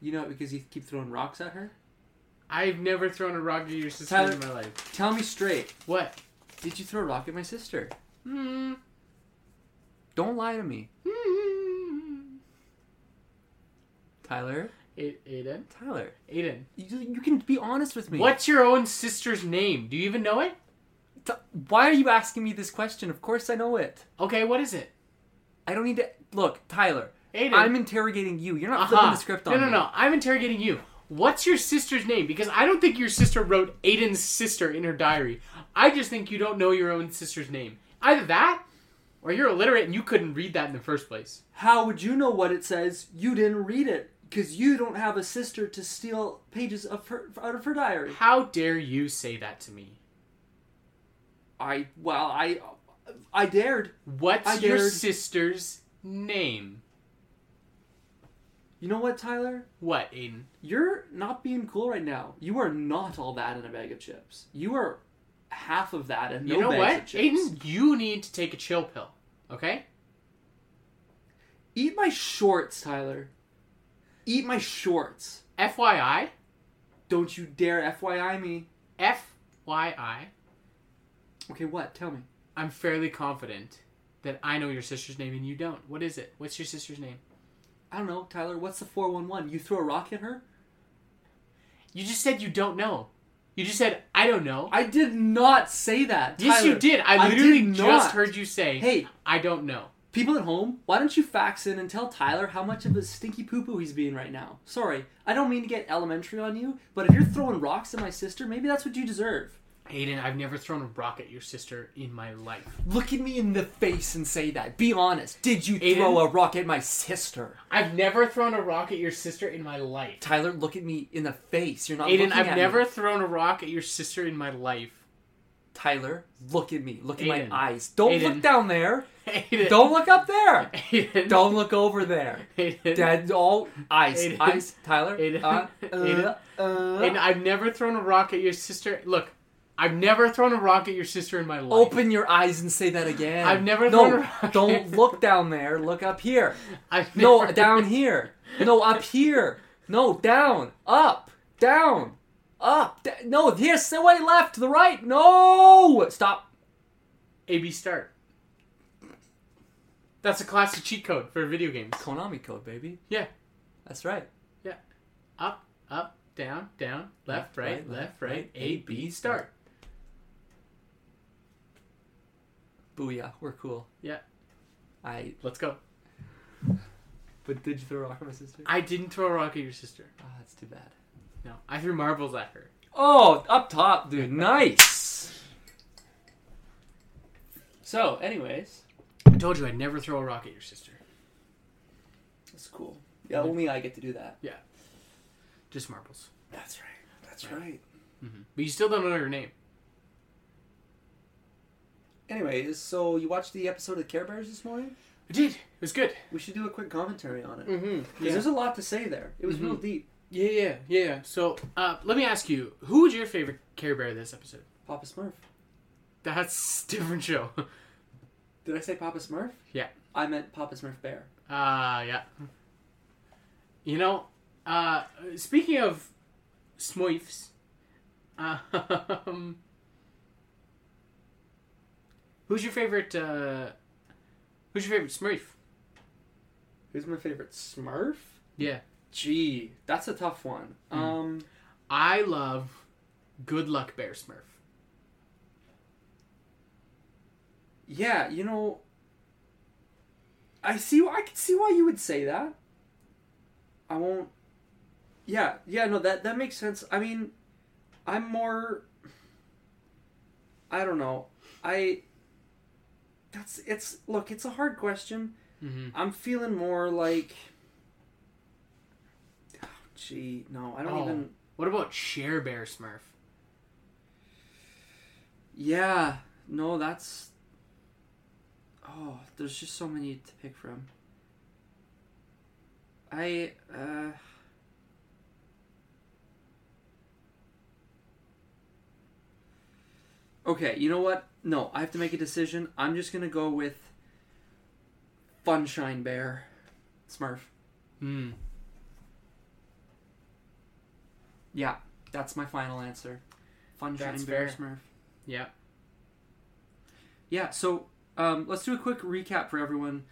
S2: You know it because you keep throwing rocks at her?
S3: I've never thrown a rock at your sister
S2: Tyler-
S3: in my life.
S2: Tell me straight.
S3: What?
S2: Did you throw a rock at my sister?
S4: Hmm.
S2: Don't lie to me.
S4: Hmm.
S2: Tyler.
S3: A- Aiden?
S2: Tyler.
S3: Aiden.
S2: You, you can be honest with me.
S3: What's your own sister's name? Do you even know it?
S2: T- why are you asking me this question? Of course I know it.
S3: Okay, what is it?
S2: I don't need to look, Tyler.
S3: Aiden.
S2: I'm interrogating you. You're not
S3: Uh-huh.
S2: flipping the script on
S3: No, no,
S2: me.
S3: no. I'm interrogating you. What's your sister's name? Because I don't think your sister wrote Aiden's sister in her diary. I just think you don't know your own sister's name. Either that, or you're illiterate and you couldn't read that in the first place.
S2: How would you know what it says? You didn't read it because you don't have a sister to steal pages of her out of her diary.
S3: How dare you say that to me?
S2: I well, I I dared.
S3: What's
S2: I
S3: your
S2: dared.
S3: sister's name?
S2: You know what, Tyler?
S3: What, Aiden?
S2: You're not being cool right now. You are not all that in a bag of chips. You are half of that and no
S3: You know
S2: bags
S3: what?
S2: of chips.
S3: Aiden, you need to take a chill pill. Okay?
S2: Eat my shorts, Tyler. Eat my shorts.
S3: FYI,
S2: Don't you dare FYI me.
S3: FYI,
S2: Okay, what? Tell me.
S3: I'm fairly confident that I know your sister's name and you don't. What is it? What's your sister's name?
S2: I don't know, Tyler. What's the 411? You throw a rock at her?
S3: You just said you don't know. You just said I don't know.
S2: I did not say that.
S3: yes,
S2: Tyler.
S3: you did. I
S2: I
S3: literally
S2: did not.
S3: just heard you say,
S2: Hey.
S3: I don't know."
S2: People at home, why don't you fax in and tell Tyler how much of a stinky poo poo he's being right now? Sorry, I don't mean to get elementary on you, but if you're throwing rocks at my sister, maybe that's what you deserve.
S3: Aiden, I've never thrown a rock at your sister in my life.
S2: Look at me in the face and say that. Be honest. Did you
S3: Aiden?
S2: throw a rock at my sister?
S3: I've never thrown a rock at your sister in my life.
S2: Tyler, look at me in the face. You're not
S3: Aiden,
S2: looking
S3: I've
S2: at
S3: never
S2: me.
S3: thrown a rock at your sister in my life.
S2: Tyler, look at me. Look at
S3: Aiden.
S2: my eyes. Don't
S3: Aiden.
S2: look down there.
S3: Aiden,
S2: Don't look up there.
S3: Aiden,
S2: Don't look over there.
S3: Aiden,
S2: Dad, all eyes,
S3: Aiden.
S2: eyes. Tyler,
S3: Aiden.
S2: uh, uh,
S3: Aiden. Aiden,
S2: uh.
S3: I've never thrown a rock at your sister. Look, I've never thrown a rock at your sister in my life.
S2: open your eyes and say that again.
S3: I've never
S2: No,
S3: thrown a-
S2: don't look down there. Look up here.
S3: I've
S2: No,
S3: never-
S2: down here. No, up here. No, down, up, down, up. Da- no, here. Stay way left, to the right. No, stop.
S3: AB start. That's a classic cheat code for video games.
S2: Konami code, baby.
S3: Yeah.
S2: That's right.
S3: Up, up, down, down, left, right, left, right, A, B, start.
S2: Booyah, we're cool.
S3: Yeah.
S2: I.
S3: Let's go.
S2: But did you throw a rock at my sister?
S3: I didn't throw a rock at your sister.
S2: Ah, that's too bad.
S3: No. I threw marbles at her.
S2: Oh, up top, dude. Nice.
S4: So, anyways,
S3: I told you I'd never throw a rock at your sister.
S2: That's cool. Yeah, only I get to do that.
S3: Just marbles.
S2: That's right. That's right.
S3: But you still don't know her name.
S2: Anyways, so you watched the episode of Care Bears this morning?
S3: I did. It was good.
S2: We should do a quick commentary on it. Because
S3: Mm-hmm.
S2: there's a lot to say there. It was real
S3: Mhm.
S2: deep.
S3: Yeah, yeah, yeah. yeah. So, uh, let me ask you, who was your favorite Care Bear this episode?
S2: Papa Smurf.
S3: That's different show.
S2: Did I say Papa Smurf?
S3: Yeah.
S2: I meant Papa Smurf Bear.
S3: Uh, yeah. You know, uh, speaking of Smurfs, um, who's your favorite? Uh, who's your favorite Smurf?
S2: Who's my favorite Smurf?
S3: Yeah,
S2: Gee, that's a tough one. Um,
S3: I love Good Luck Bear Smurf.
S2: yeah, you know, I see. I can see why you would say that. I won't. Yeah, yeah, no, that that makes sense. I mean, I'm more. I don't know. I. That's it's look. It's a hard question.
S3: Mm-hmm.
S2: I'm feeling more like. Oh, gee, no, I don't
S3: Oh.
S2: even.
S3: What about Share Bear Smurf?
S2: Yeah, no, that's. Oh, there's just so many to pick from. I uh. Okay, you know what? No, I have to make a decision. I'm just gonna go with. Funshine Bear, Smurf.
S3: Hmm.
S2: Yeah, that's my final answer. Fun
S3: That's
S2: Shine Bear
S3: fair.
S2: Smurf.
S3: Yeah.
S2: Yeah, so um, let's do a quick recap for everyone.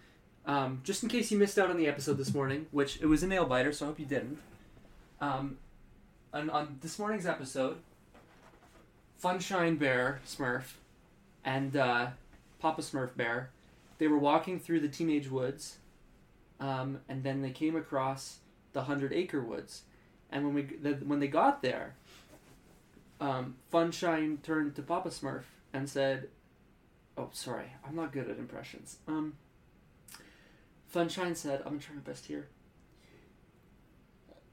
S2: Um, just in case you missed out on the episode this morning, which it was a nail biter, so I hope you didn't. Um, on, on this morning's episode, Funshine Bear Smurf and uh, Papa Smurf Bear, they were walking through the teenage woods, um, and then they came across the Hundred Acre Woods. And when we the, when they got there, um, Funshine turned to Papa Smurf and said, Oh, sorry, I'm not good at impressions. Um, Funshine said, "I'm gonna try my best here."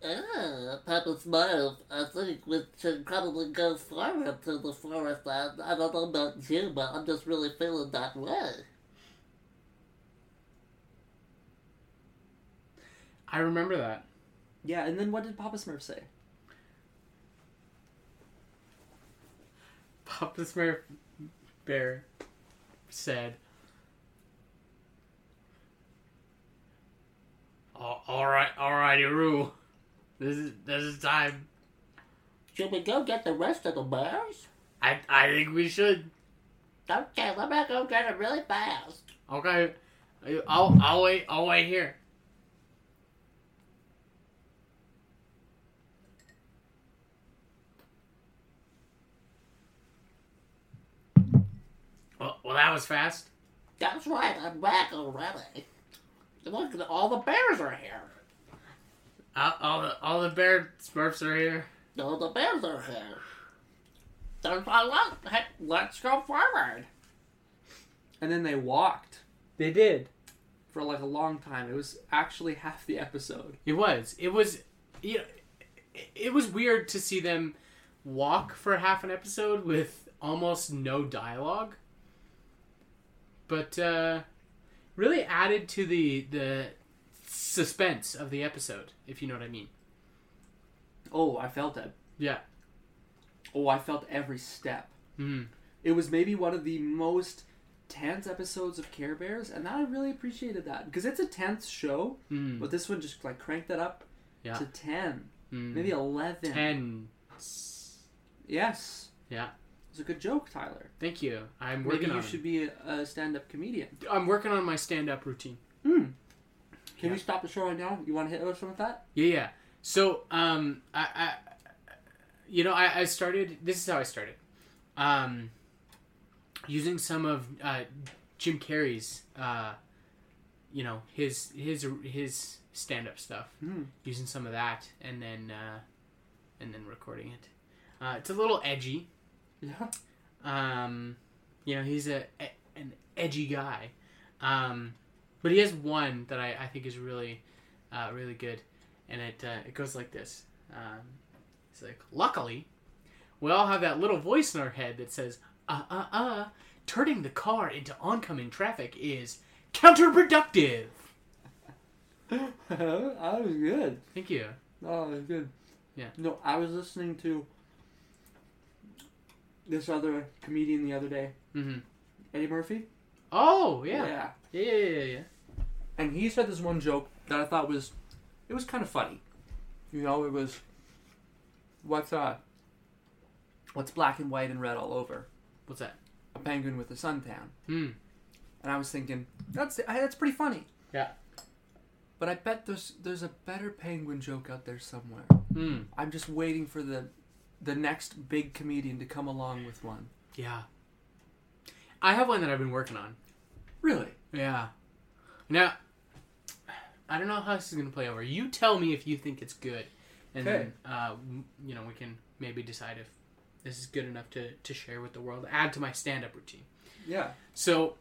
S7: Ah, Papa Smurf, I think we should probably go far into the forest. I, I don't know about you, but I'm just really feeling that way.
S3: I remember that.
S2: Yeah, and then what did Papa Smurf say?
S3: Papa Smurf Bear said, "All all right, all right, Roo. This is this is time.
S7: Should we go get the rest of the bears?
S3: I I think we should.
S7: Okay, let me go get it really fast.
S3: Okay, I'll I'll wait. I'll wait here. Well, well, that was fast.
S7: That's right, I'm back already. Look, all the bears are here.
S3: Uh, all the all the bear Smurfs are here."
S7: All the bears are here. There's a lot. Hey, let's go forward.
S2: And then they walked
S3: They did.
S2: for like a long time. It was actually half the episode.
S3: It was. It was. You know, it- it was weird to see them walk for half an episode with almost no dialogue, but uh, really added to the the suspense of the episode, if you know what I mean.
S2: Oh, I felt it.
S3: Yeah.
S2: Oh, I felt every step.
S3: Mm.
S2: It was maybe one of the most tense episodes of Care Bears, and I really appreciated that because it's a tense show.
S3: Mm.
S2: But this one just like cranked that up
S3: Yeah.
S2: to ten,
S3: Mm.
S2: maybe eleven.
S3: ten.
S2: Yes.
S3: Yeah.
S2: It's was a good joke, Tyler.
S3: Thank you. I'm working
S2: Maybe
S3: on
S2: you
S3: it.
S2: should be a, a stand-up comedian.
S3: I'm working on my stand-up routine.
S2: Hmm. Can we stop the show right now? You want to hit us with that?
S3: Yeah, yeah. So, um, I, I you know, I, I started. This is how I started. Um, using some of uh, Jim Carrey's, uh, you know, his his his stand-up stuff. Using some of that, and then uh, and then recording it. Uh, it's a little edgy.
S2: Yeah.
S3: Um, you know, he's a, a- an edgy guy. Um, but he has one that I, I think is really, uh, really good, and it uh, it goes like this. Um, it's like, luckily, we all have that little voice in our head that says, "Uh, uh, uh." Turning the car into oncoming traffic is counterproductive.
S2: that was good.
S3: Thank you.
S2: Oh, that's good.
S3: Yeah.
S2: No, I was listening to this other comedian the other day,
S3: hmm
S2: Eddie Murphy.
S3: Oh yeah. yeah, yeah, yeah, yeah.
S2: And he said this one joke that I thought was, it was kind of funny. You know, it was, what's uh, what's black and white and red all over?
S3: What's that?
S2: A penguin with a suntan.
S3: Hmm.
S2: And I was thinking, that's I- that's pretty funny.
S3: Yeah.
S2: But I bet there's there's a better penguin joke out there somewhere.
S3: Hmm.
S2: I'm just waiting for the the next big comedian to come along with one.
S3: Yeah. I have one that I've been working on.
S2: Really?
S3: Yeah. Now, I don't know how this is gonna play over. You tell me if you think it's good, and
S2: Okay.
S3: then uh, m- you know we can maybe decide if this is good enough to to share with the world. Add to my stand up routine.
S2: Yeah.
S3: So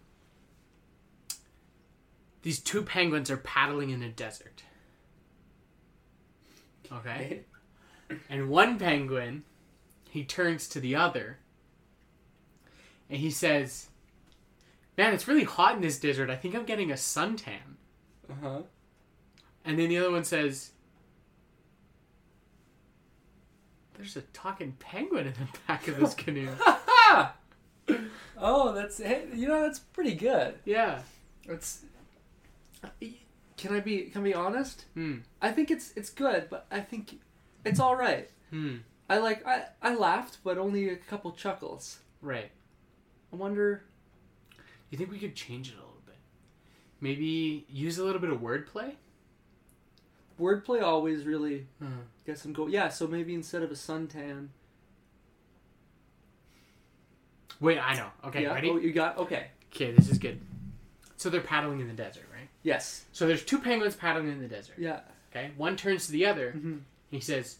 S3: these two penguins are paddling in a desert. Okay. And one penguin, he turns to the other and he says, Man, it's really hot in this desert. I think I'm getting a suntan.
S2: Uh huh.
S3: And then the other one says, There's a talking penguin in the back of this canoe.
S2: Oh, that's hey, you know that's pretty good.
S3: yeah.
S2: It's can I be can I be honest?
S3: Hmm.
S2: I think it's it's good, but I think it's all right.
S3: Hmm.
S2: I like I I laughed, but only a couple chuckles.
S3: Right.
S2: I wonder.
S3: You think we could change it a little bit? Maybe use a little bit of wordplay?
S2: Wordplay always really
S3: Uh,
S2: gets some go. Yeah, so maybe instead of a suntan.
S3: wait, I know. Okay,
S2: yeah.
S3: ready?
S2: Oh, you got okay.
S3: Okay, this is good. So they're paddling in the desert, right?
S2: Yes.
S3: So there's two penguins paddling in the desert.
S2: Yeah.
S3: Okay, one turns to the other.
S2: Mhm.
S3: He says,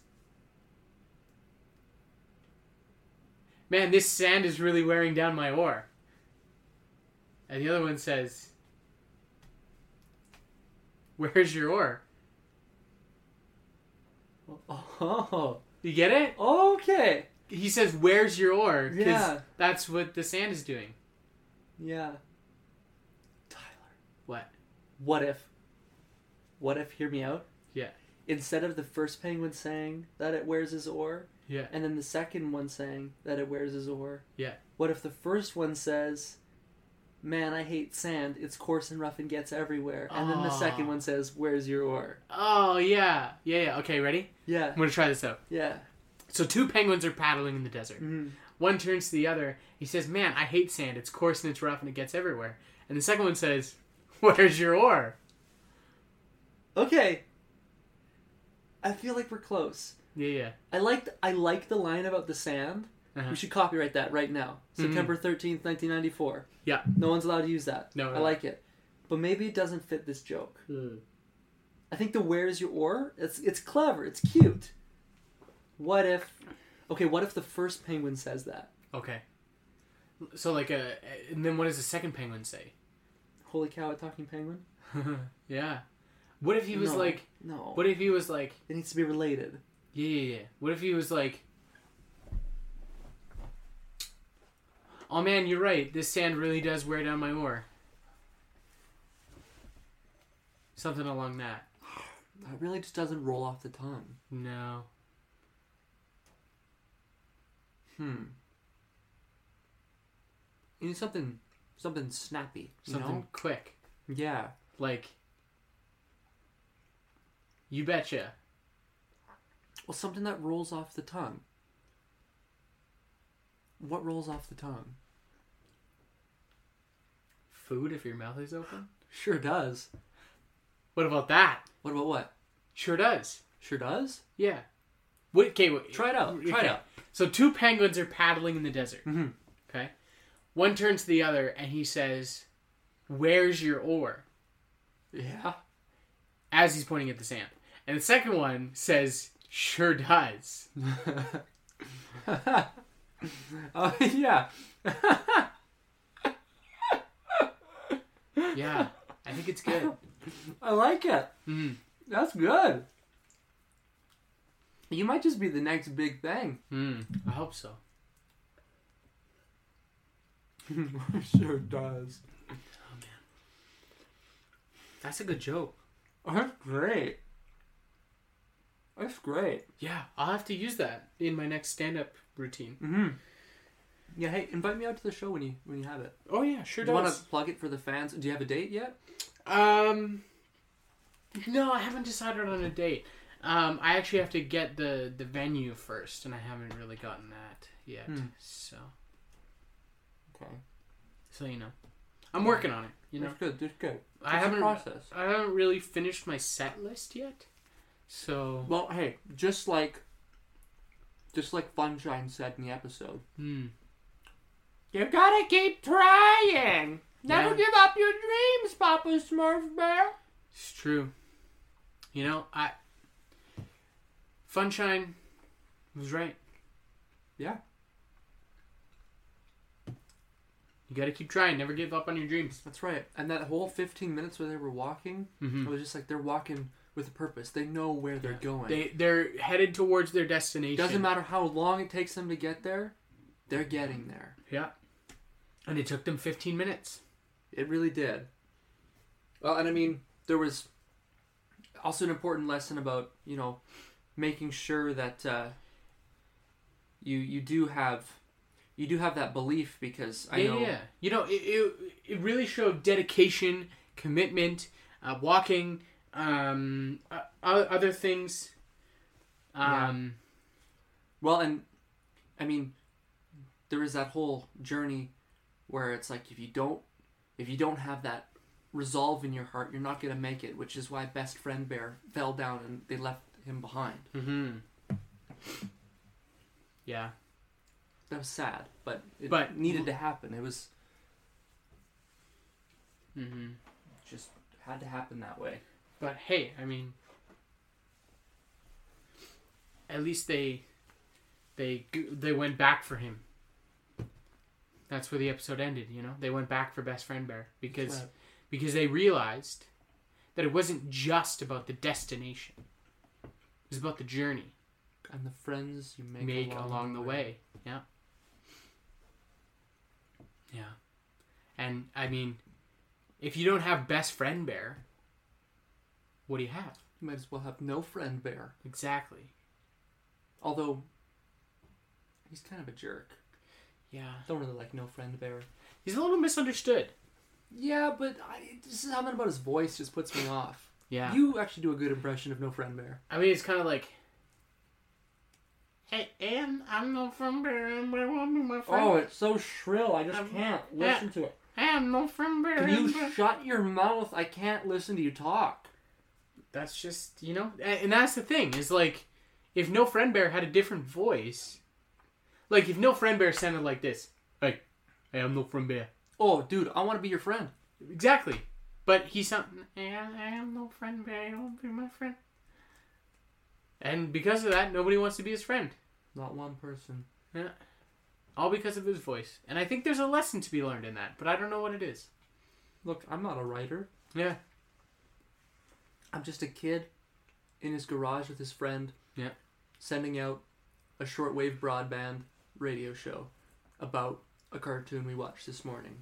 S3: Man, this sand is really wearing down my oar. And the other one says, Where's your oar?
S2: Oh.
S3: You get it?
S2: Okay.
S3: He says, Where's your oar? 'Cause
S2: Yeah.
S3: that's what the sand is doing.
S2: Yeah. Tyler,
S3: What?
S2: what if? What if? Hear me out.
S3: Yeah.
S2: Instead of the first penguin saying that it wears his oar,
S3: Yeah.
S2: and then the second one saying that it wears his oar,
S3: Yeah.
S2: What if the first one says, "Man, I hate sand. It's coarse and rough and gets everywhere," and then the
S3: Aw.
S2: second one says, "Where's your oar?"
S3: Oh, yeah. Yeah, yeah. Okay, ready?
S2: Yeah.
S3: I'm going to try this out.
S2: Yeah.
S3: So, two penguins are paddling in the desert.
S2: Mm.
S3: One turns to the other. He says, Man, I hate sand. It's coarse and it's rough and it gets everywhere. And the second one says, Where's your oar?
S2: Okay. I feel like we're close.
S3: Yeah, yeah.
S2: I liked I like the line about the sand.
S3: Uh-huh.
S2: We should copyright that right now. September 13th, 1994.
S3: Mm-hmm. Yeah.
S2: No one's allowed to use that.
S3: No,
S2: I
S3: no.
S2: like it. But maybe it doesn't fit this joke. I think the where is your oar? It's it's clever. It's cute. What if Okay, what if the first penguin says that?
S3: Okay. So, like, uh, and then what does the second penguin say?
S2: Holy cow, a talking penguin?
S3: yeah. What if he was
S2: No.
S3: like,
S2: No.
S3: What if he was like,
S2: It needs to be related.
S3: Yeah, yeah, yeah. What if he was like, Oh man, you're right. This sand really does wear down my oar. Something along that.
S2: That really just doesn't roll off the tongue.
S3: No.
S2: Hmm. You need something something snappy, you
S3: Something
S2: know?
S3: quick.
S2: Yeah.
S3: Like, you betcha.
S2: Well, something that rolls off the tongue. What rolls off the tongue?
S3: Food if your mouth is open?
S2: Sure does.
S3: What about that?
S2: What about what?
S3: Sure does.
S2: Sure does?
S3: Yeah. Wait, okay, wait.
S2: Try it out. Try it
S3: Okay.
S2: out.
S3: So two penguins are paddling in the desert.
S2: Mhm.
S3: Okay. One turns to the other and he says, Where's your oar?
S2: Yeah.
S3: As he's pointing at the sand. And the second one says, Sure does.
S2: Oh, yeah.
S3: Yeah. I think it's good.
S2: I like it.
S3: Mhm.
S2: That's good. You might just be the next big thing.
S3: Hmm. I hope so.
S2: sure does.
S3: That's a good joke.
S2: Oh, That's great. That's great.
S3: Yeah. I'll have to use that in my next stand up routine.
S2: Mm-hmm. Yeah, hey, invite me out to the show when you when you have it.
S3: Oh, yeah, sure
S2: Do you
S3: does.
S2: want to plug it for the fans? Do you have a date yet?
S3: Um, no, I haven't decided on a date. Um, I actually have to get the the venue first, and I haven't really gotten that yet.
S2: Hmm.
S3: So,
S2: Okay.
S3: so you know, I'm working on it. You know,
S2: That's good. That's good.
S3: I
S2: It's a
S3: haven't
S2: process.
S3: I haven't really finished my set list yet. So,
S2: Well, hey, just like, just like Funshine said in the episode,
S3: hmm.
S4: You gotta keep trying. Never
S3: Yeah.
S4: give up your dreams, Papa Smurf Bear.
S3: It's true. You know, I Funshine was right.
S2: Yeah.
S3: You got to keep trying. Never give up on your dreams.
S2: that's right. And that whole 15 minutes where they were walking,
S3: Mhm.
S4: Mm-hmm.
S2: it was just like they're walking with a purpose. They know where they're going.
S3: They they're headed towards their destination.
S2: Doesn't matter how long it takes them to get there, they're getting there.
S3: Yeah. And it took them 15 minutes.
S2: It really did. Well, and I mean, there was also an important lesson about you know making sure that uh, you you do have you do have that belief because I
S3: yeah,
S2: know
S3: yeah. You know, it, it, it really showed dedication, commitment, uh, walking, um, uh, other things. Um,
S2: well, and I mean, there is that whole journey where it's like if you don't if you don't have that resolve in your heart, you're not gonna make it. Which is why best friend bear fell down and they left him behind.
S3: hmm Yeah.
S2: That was sad, but it
S3: But-
S2: needed to happen. It was
S3: hmm
S2: just had to happen that way.
S3: But hey, I mean, at least they they g- they went back for him. That's where the episode ended. You know, they went back for best friend bear because
S2: right.
S3: because they realized that it wasn't just about the destination. It was about the journey
S2: And the friends you make,
S3: make, along, the way. Yeah. Yeah. And I mean, if you don't have best friend bear, what do you have?
S2: You might as well have no friend bear.
S3: Exactly.
S2: Although he's kind of a jerk.
S3: Yeah.
S2: Don't really like no friend bear.
S3: He's a little misunderstood.
S2: Yeah, but I, just something about his voice just puts me off.
S3: Yeah.
S2: You actually do a good impression of no friend bear.
S3: I mean, it's kind of like, hey, Ann, I'm no friend bear. and I want to be
S2: Oh,
S3: my friend.
S2: it's so shrill. I just
S3: Um,
S2: to it.
S3: Hey, I'm no friend bear.
S2: Can you
S3: and I-
S2: shut your mouth? I can't listen to you talk.
S3: that's just you know, a- and that's the thing is like, if no friend bear had a different voice, like if no friend bear sounded like this, hey, hey, I'm no friend bear.
S2: Oh, dude, I want to be your friend.
S3: Exactly. But he sound hey, I I am no friend bear. You won't be my friend. And because of that, nobody wants to be his friend.
S2: Not one person.
S3: all because of his voice. And I think there's a lesson to be learned in that, but I don't know what it is.
S2: Look, I'm not a writer.
S3: Yeah.
S2: I'm just a kid in his garage with his friend.
S3: Yeah.
S2: Sending out a shortwave broadband radio show about a cartoon we watched this morning.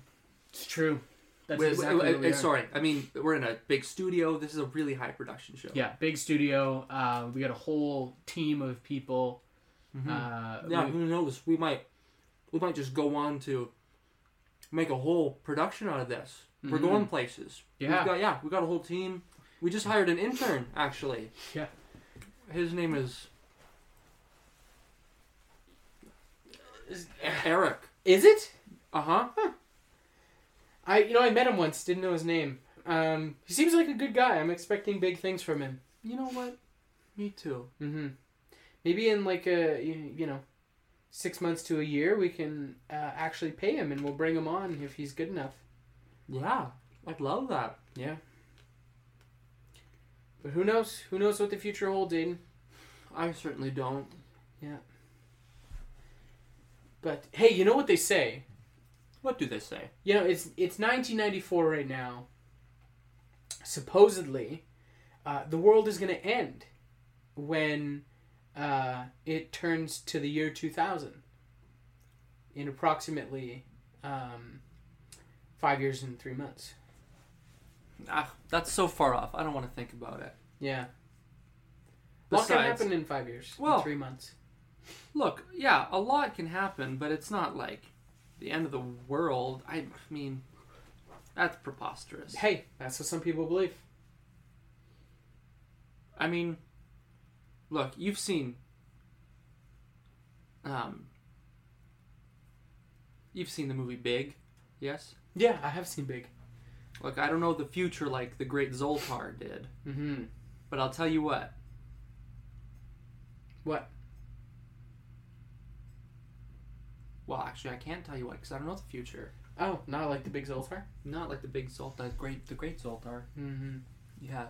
S3: It's true. That's
S2: Wait,
S3: exactly
S2: wait,
S3: what we
S2: wait,
S3: are.
S2: eh, sorry, I mean we're in a big studio. This is a really high production show.
S3: Yeah, big studio. Uh, we got a whole team of people. Uh,
S2: Yeah,
S3: we-
S2: who knows? We might we might just go on to make a whole production out of this. We're going places.
S3: Yeah.
S2: We've got Mm-hmm. yeah, we got a whole team. We just hired an intern actually.
S3: Yeah.
S2: His name is
S3: Is,
S6: Eric.
S3: is it?
S6: Uh
S2: Uh-huh.
S6: huh.
S3: I you know I met him once, didn't know his name. Um, he seems like a good guy. I'm expecting big things from him.
S2: You know what? Me too.
S3: Mm-hmm. Maybe in like a you, you know, six months to a year, we can uh, actually pay him, and we'll bring him on if he's good enough.
S2: Yeah, I'd love that.
S3: Yeah. But who knows? Who knows what the future holds, Aiden?
S2: I certainly don't.
S3: But hey, you know what they say?
S2: What do they say?
S3: You know, it's it's 1994 right now. Supposedly, uh, the world is going to end when uh, it turns to the year 2000. In approximately um, five years and three months.
S2: Ah, that's so far off. I don't want to think about it.
S3: Yeah,
S2: Besides,
S3: what can happen in five years? in
S2: Well-
S3: three months.
S2: look, yeah, a lot can happen, but it's not like the end of the world. I mean, that's preposterous.
S3: Hey, that's what some people believe.
S2: I mean, look, you've seen. Um. You've seen the movie Big, yes?
S3: Yeah, I have seen big.
S2: Look, I don't know the future like the great Zoltar did,
S3: Mm-hmm.
S2: but I'll tell you what.
S3: What?
S2: Well, actually, I can't tell you what because I don't know the future.
S3: Oh, not like the big Zoltar.
S2: Not like the big Zoltar, the great, the great Zoltar.
S3: Mm-hmm.
S2: Yeah.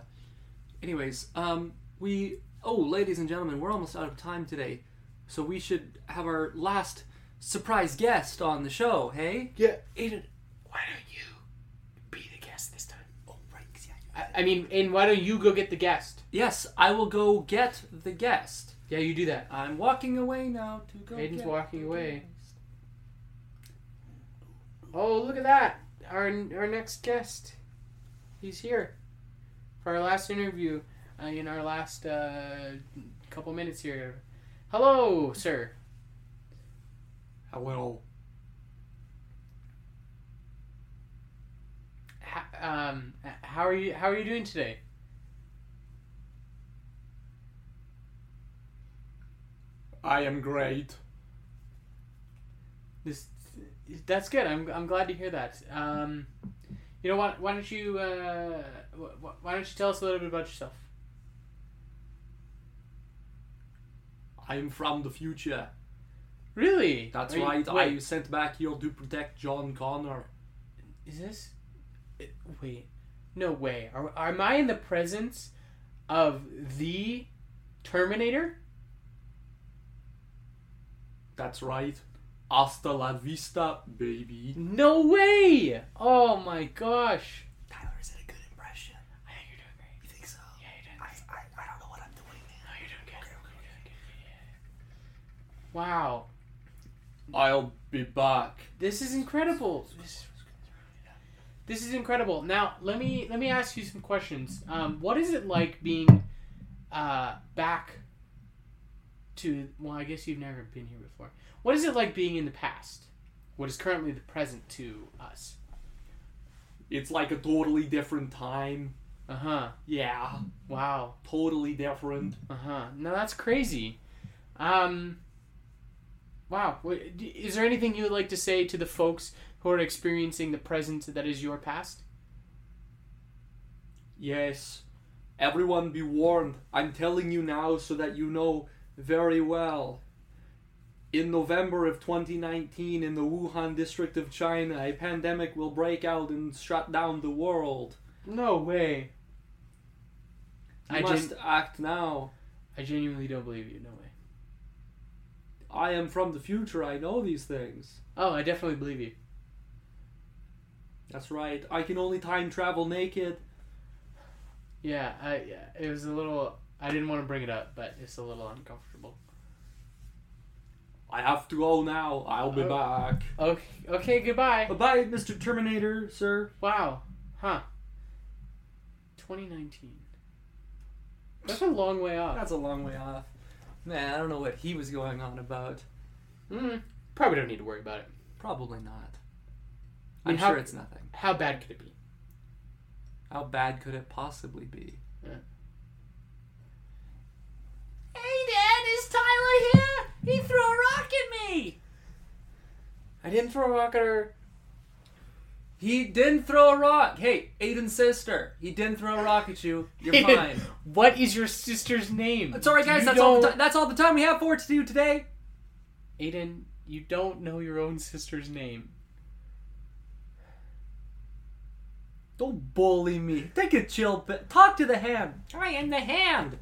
S2: Anyways, um, we oh, ladies and gentlemen, we're almost out of time today, so we should have our last surprise guest on the show. Hey,
S3: Yeah.
S2: Aiden.
S3: Why don't you be the guest this time?
S2: Oh, right. 'cause yeah, you-
S3: I, I mean, and why don't you go get the guest?
S2: Yes, I will go get the guest.
S3: Yeah, you do that.
S2: I'm walking away now to go.
S3: Aiden's
S2: get
S3: walking
S2: the
S3: away.
S2: guest.
S3: Oh, look at that! Our our next guest, he's here for our last interview uh, in our last uh, couple minutes here. Hello, sir.
S2: Hello.
S3: H- um, h- how are you? How are you doing today?
S6: I am great.
S3: This that's good. I'm I'm glad to hear that. Um, you know what? Why don't you uh, wh- wh- why don't you tell us a little bit about yourself?
S6: I'm from the future.
S3: Really?
S6: That's
S3: Are you-
S6: right. I
S3: wait,
S6: was sent back here to protect John Connor.
S3: Is this? it- Wait, no way. Are, am I in the presence of the Terminator?
S6: That's right. Hasta la vista, baby.
S3: No way! Oh my gosh!
S7: Tyler, is it a good impression?
S3: I think you're doing great.
S7: You think so?
S3: Yeah, you're doing
S7: I, I, I don't know what I'm doing, man.
S3: You're doing good. Wow,
S6: I'll be back.
S3: this is incredible. This, this is incredible. Now let me let me ask you some questions. Um, what is it like being uh, back to? Well, I guess you've never been here before. What is it like being in the past? What is currently the present to us?
S6: It's like a totally different time.
S3: Uh huh.
S6: Yeah,
S3: Wow.
S6: totally different.
S3: Uh huh. No, that's crazy. Um. Wow. Wha- d- Is there anything you would like to say to the folks who are experiencing the present that is your past?
S6: Yes. Everyone be warned. I'm telling you now so that you know very well. In November of 2019, in the Wuhan district of China, a pandemic will break out and shut down the world.
S3: No way.
S6: You
S3: I
S6: must
S3: gen-
S6: act now.
S3: I genuinely don't believe you. No way.
S6: I am from the future. I know these things.
S3: Oh, I definitely believe you.
S6: That's right. I can only time travel naked.
S3: Yeah. I. yeah, It was a little. I didn't want to bring it up, but it's a little uncomfortable.
S6: I have to go now. I'll be
S3: Oh.
S6: back.
S3: Okay. Okay. Goodbye.
S6: Bye, Mr. Terminator, sir.
S3: Wow. Huh. 2019. That's a long way off.
S2: That's a long way off. Man, I don't know what he was going on about.
S3: Mm, probably don't need to worry about it.
S2: Probably not.
S3: I
S2: I'm
S3: mean, how-
S2: sure it's nothing.
S3: How bad could it be?
S2: How bad could it possibly be?
S7: Hey, Dad, is Tyler here? He threw a rock at me!
S3: didn't throw a rock at her.
S2: He didn't throw a rock. Hey, Aiden's sister. He didn't throw a rock at you. You're fine.
S3: What is your sister's name?
S2: It's all right, guys.
S3: You
S2: That's all. The
S3: don't-
S2: ti- that's all the time we have for it to do today.
S3: Aiden, you don't know your own sister's name.
S2: Don't bully me. Take a chill. pill. Talk to the hand.
S4: I am the hand.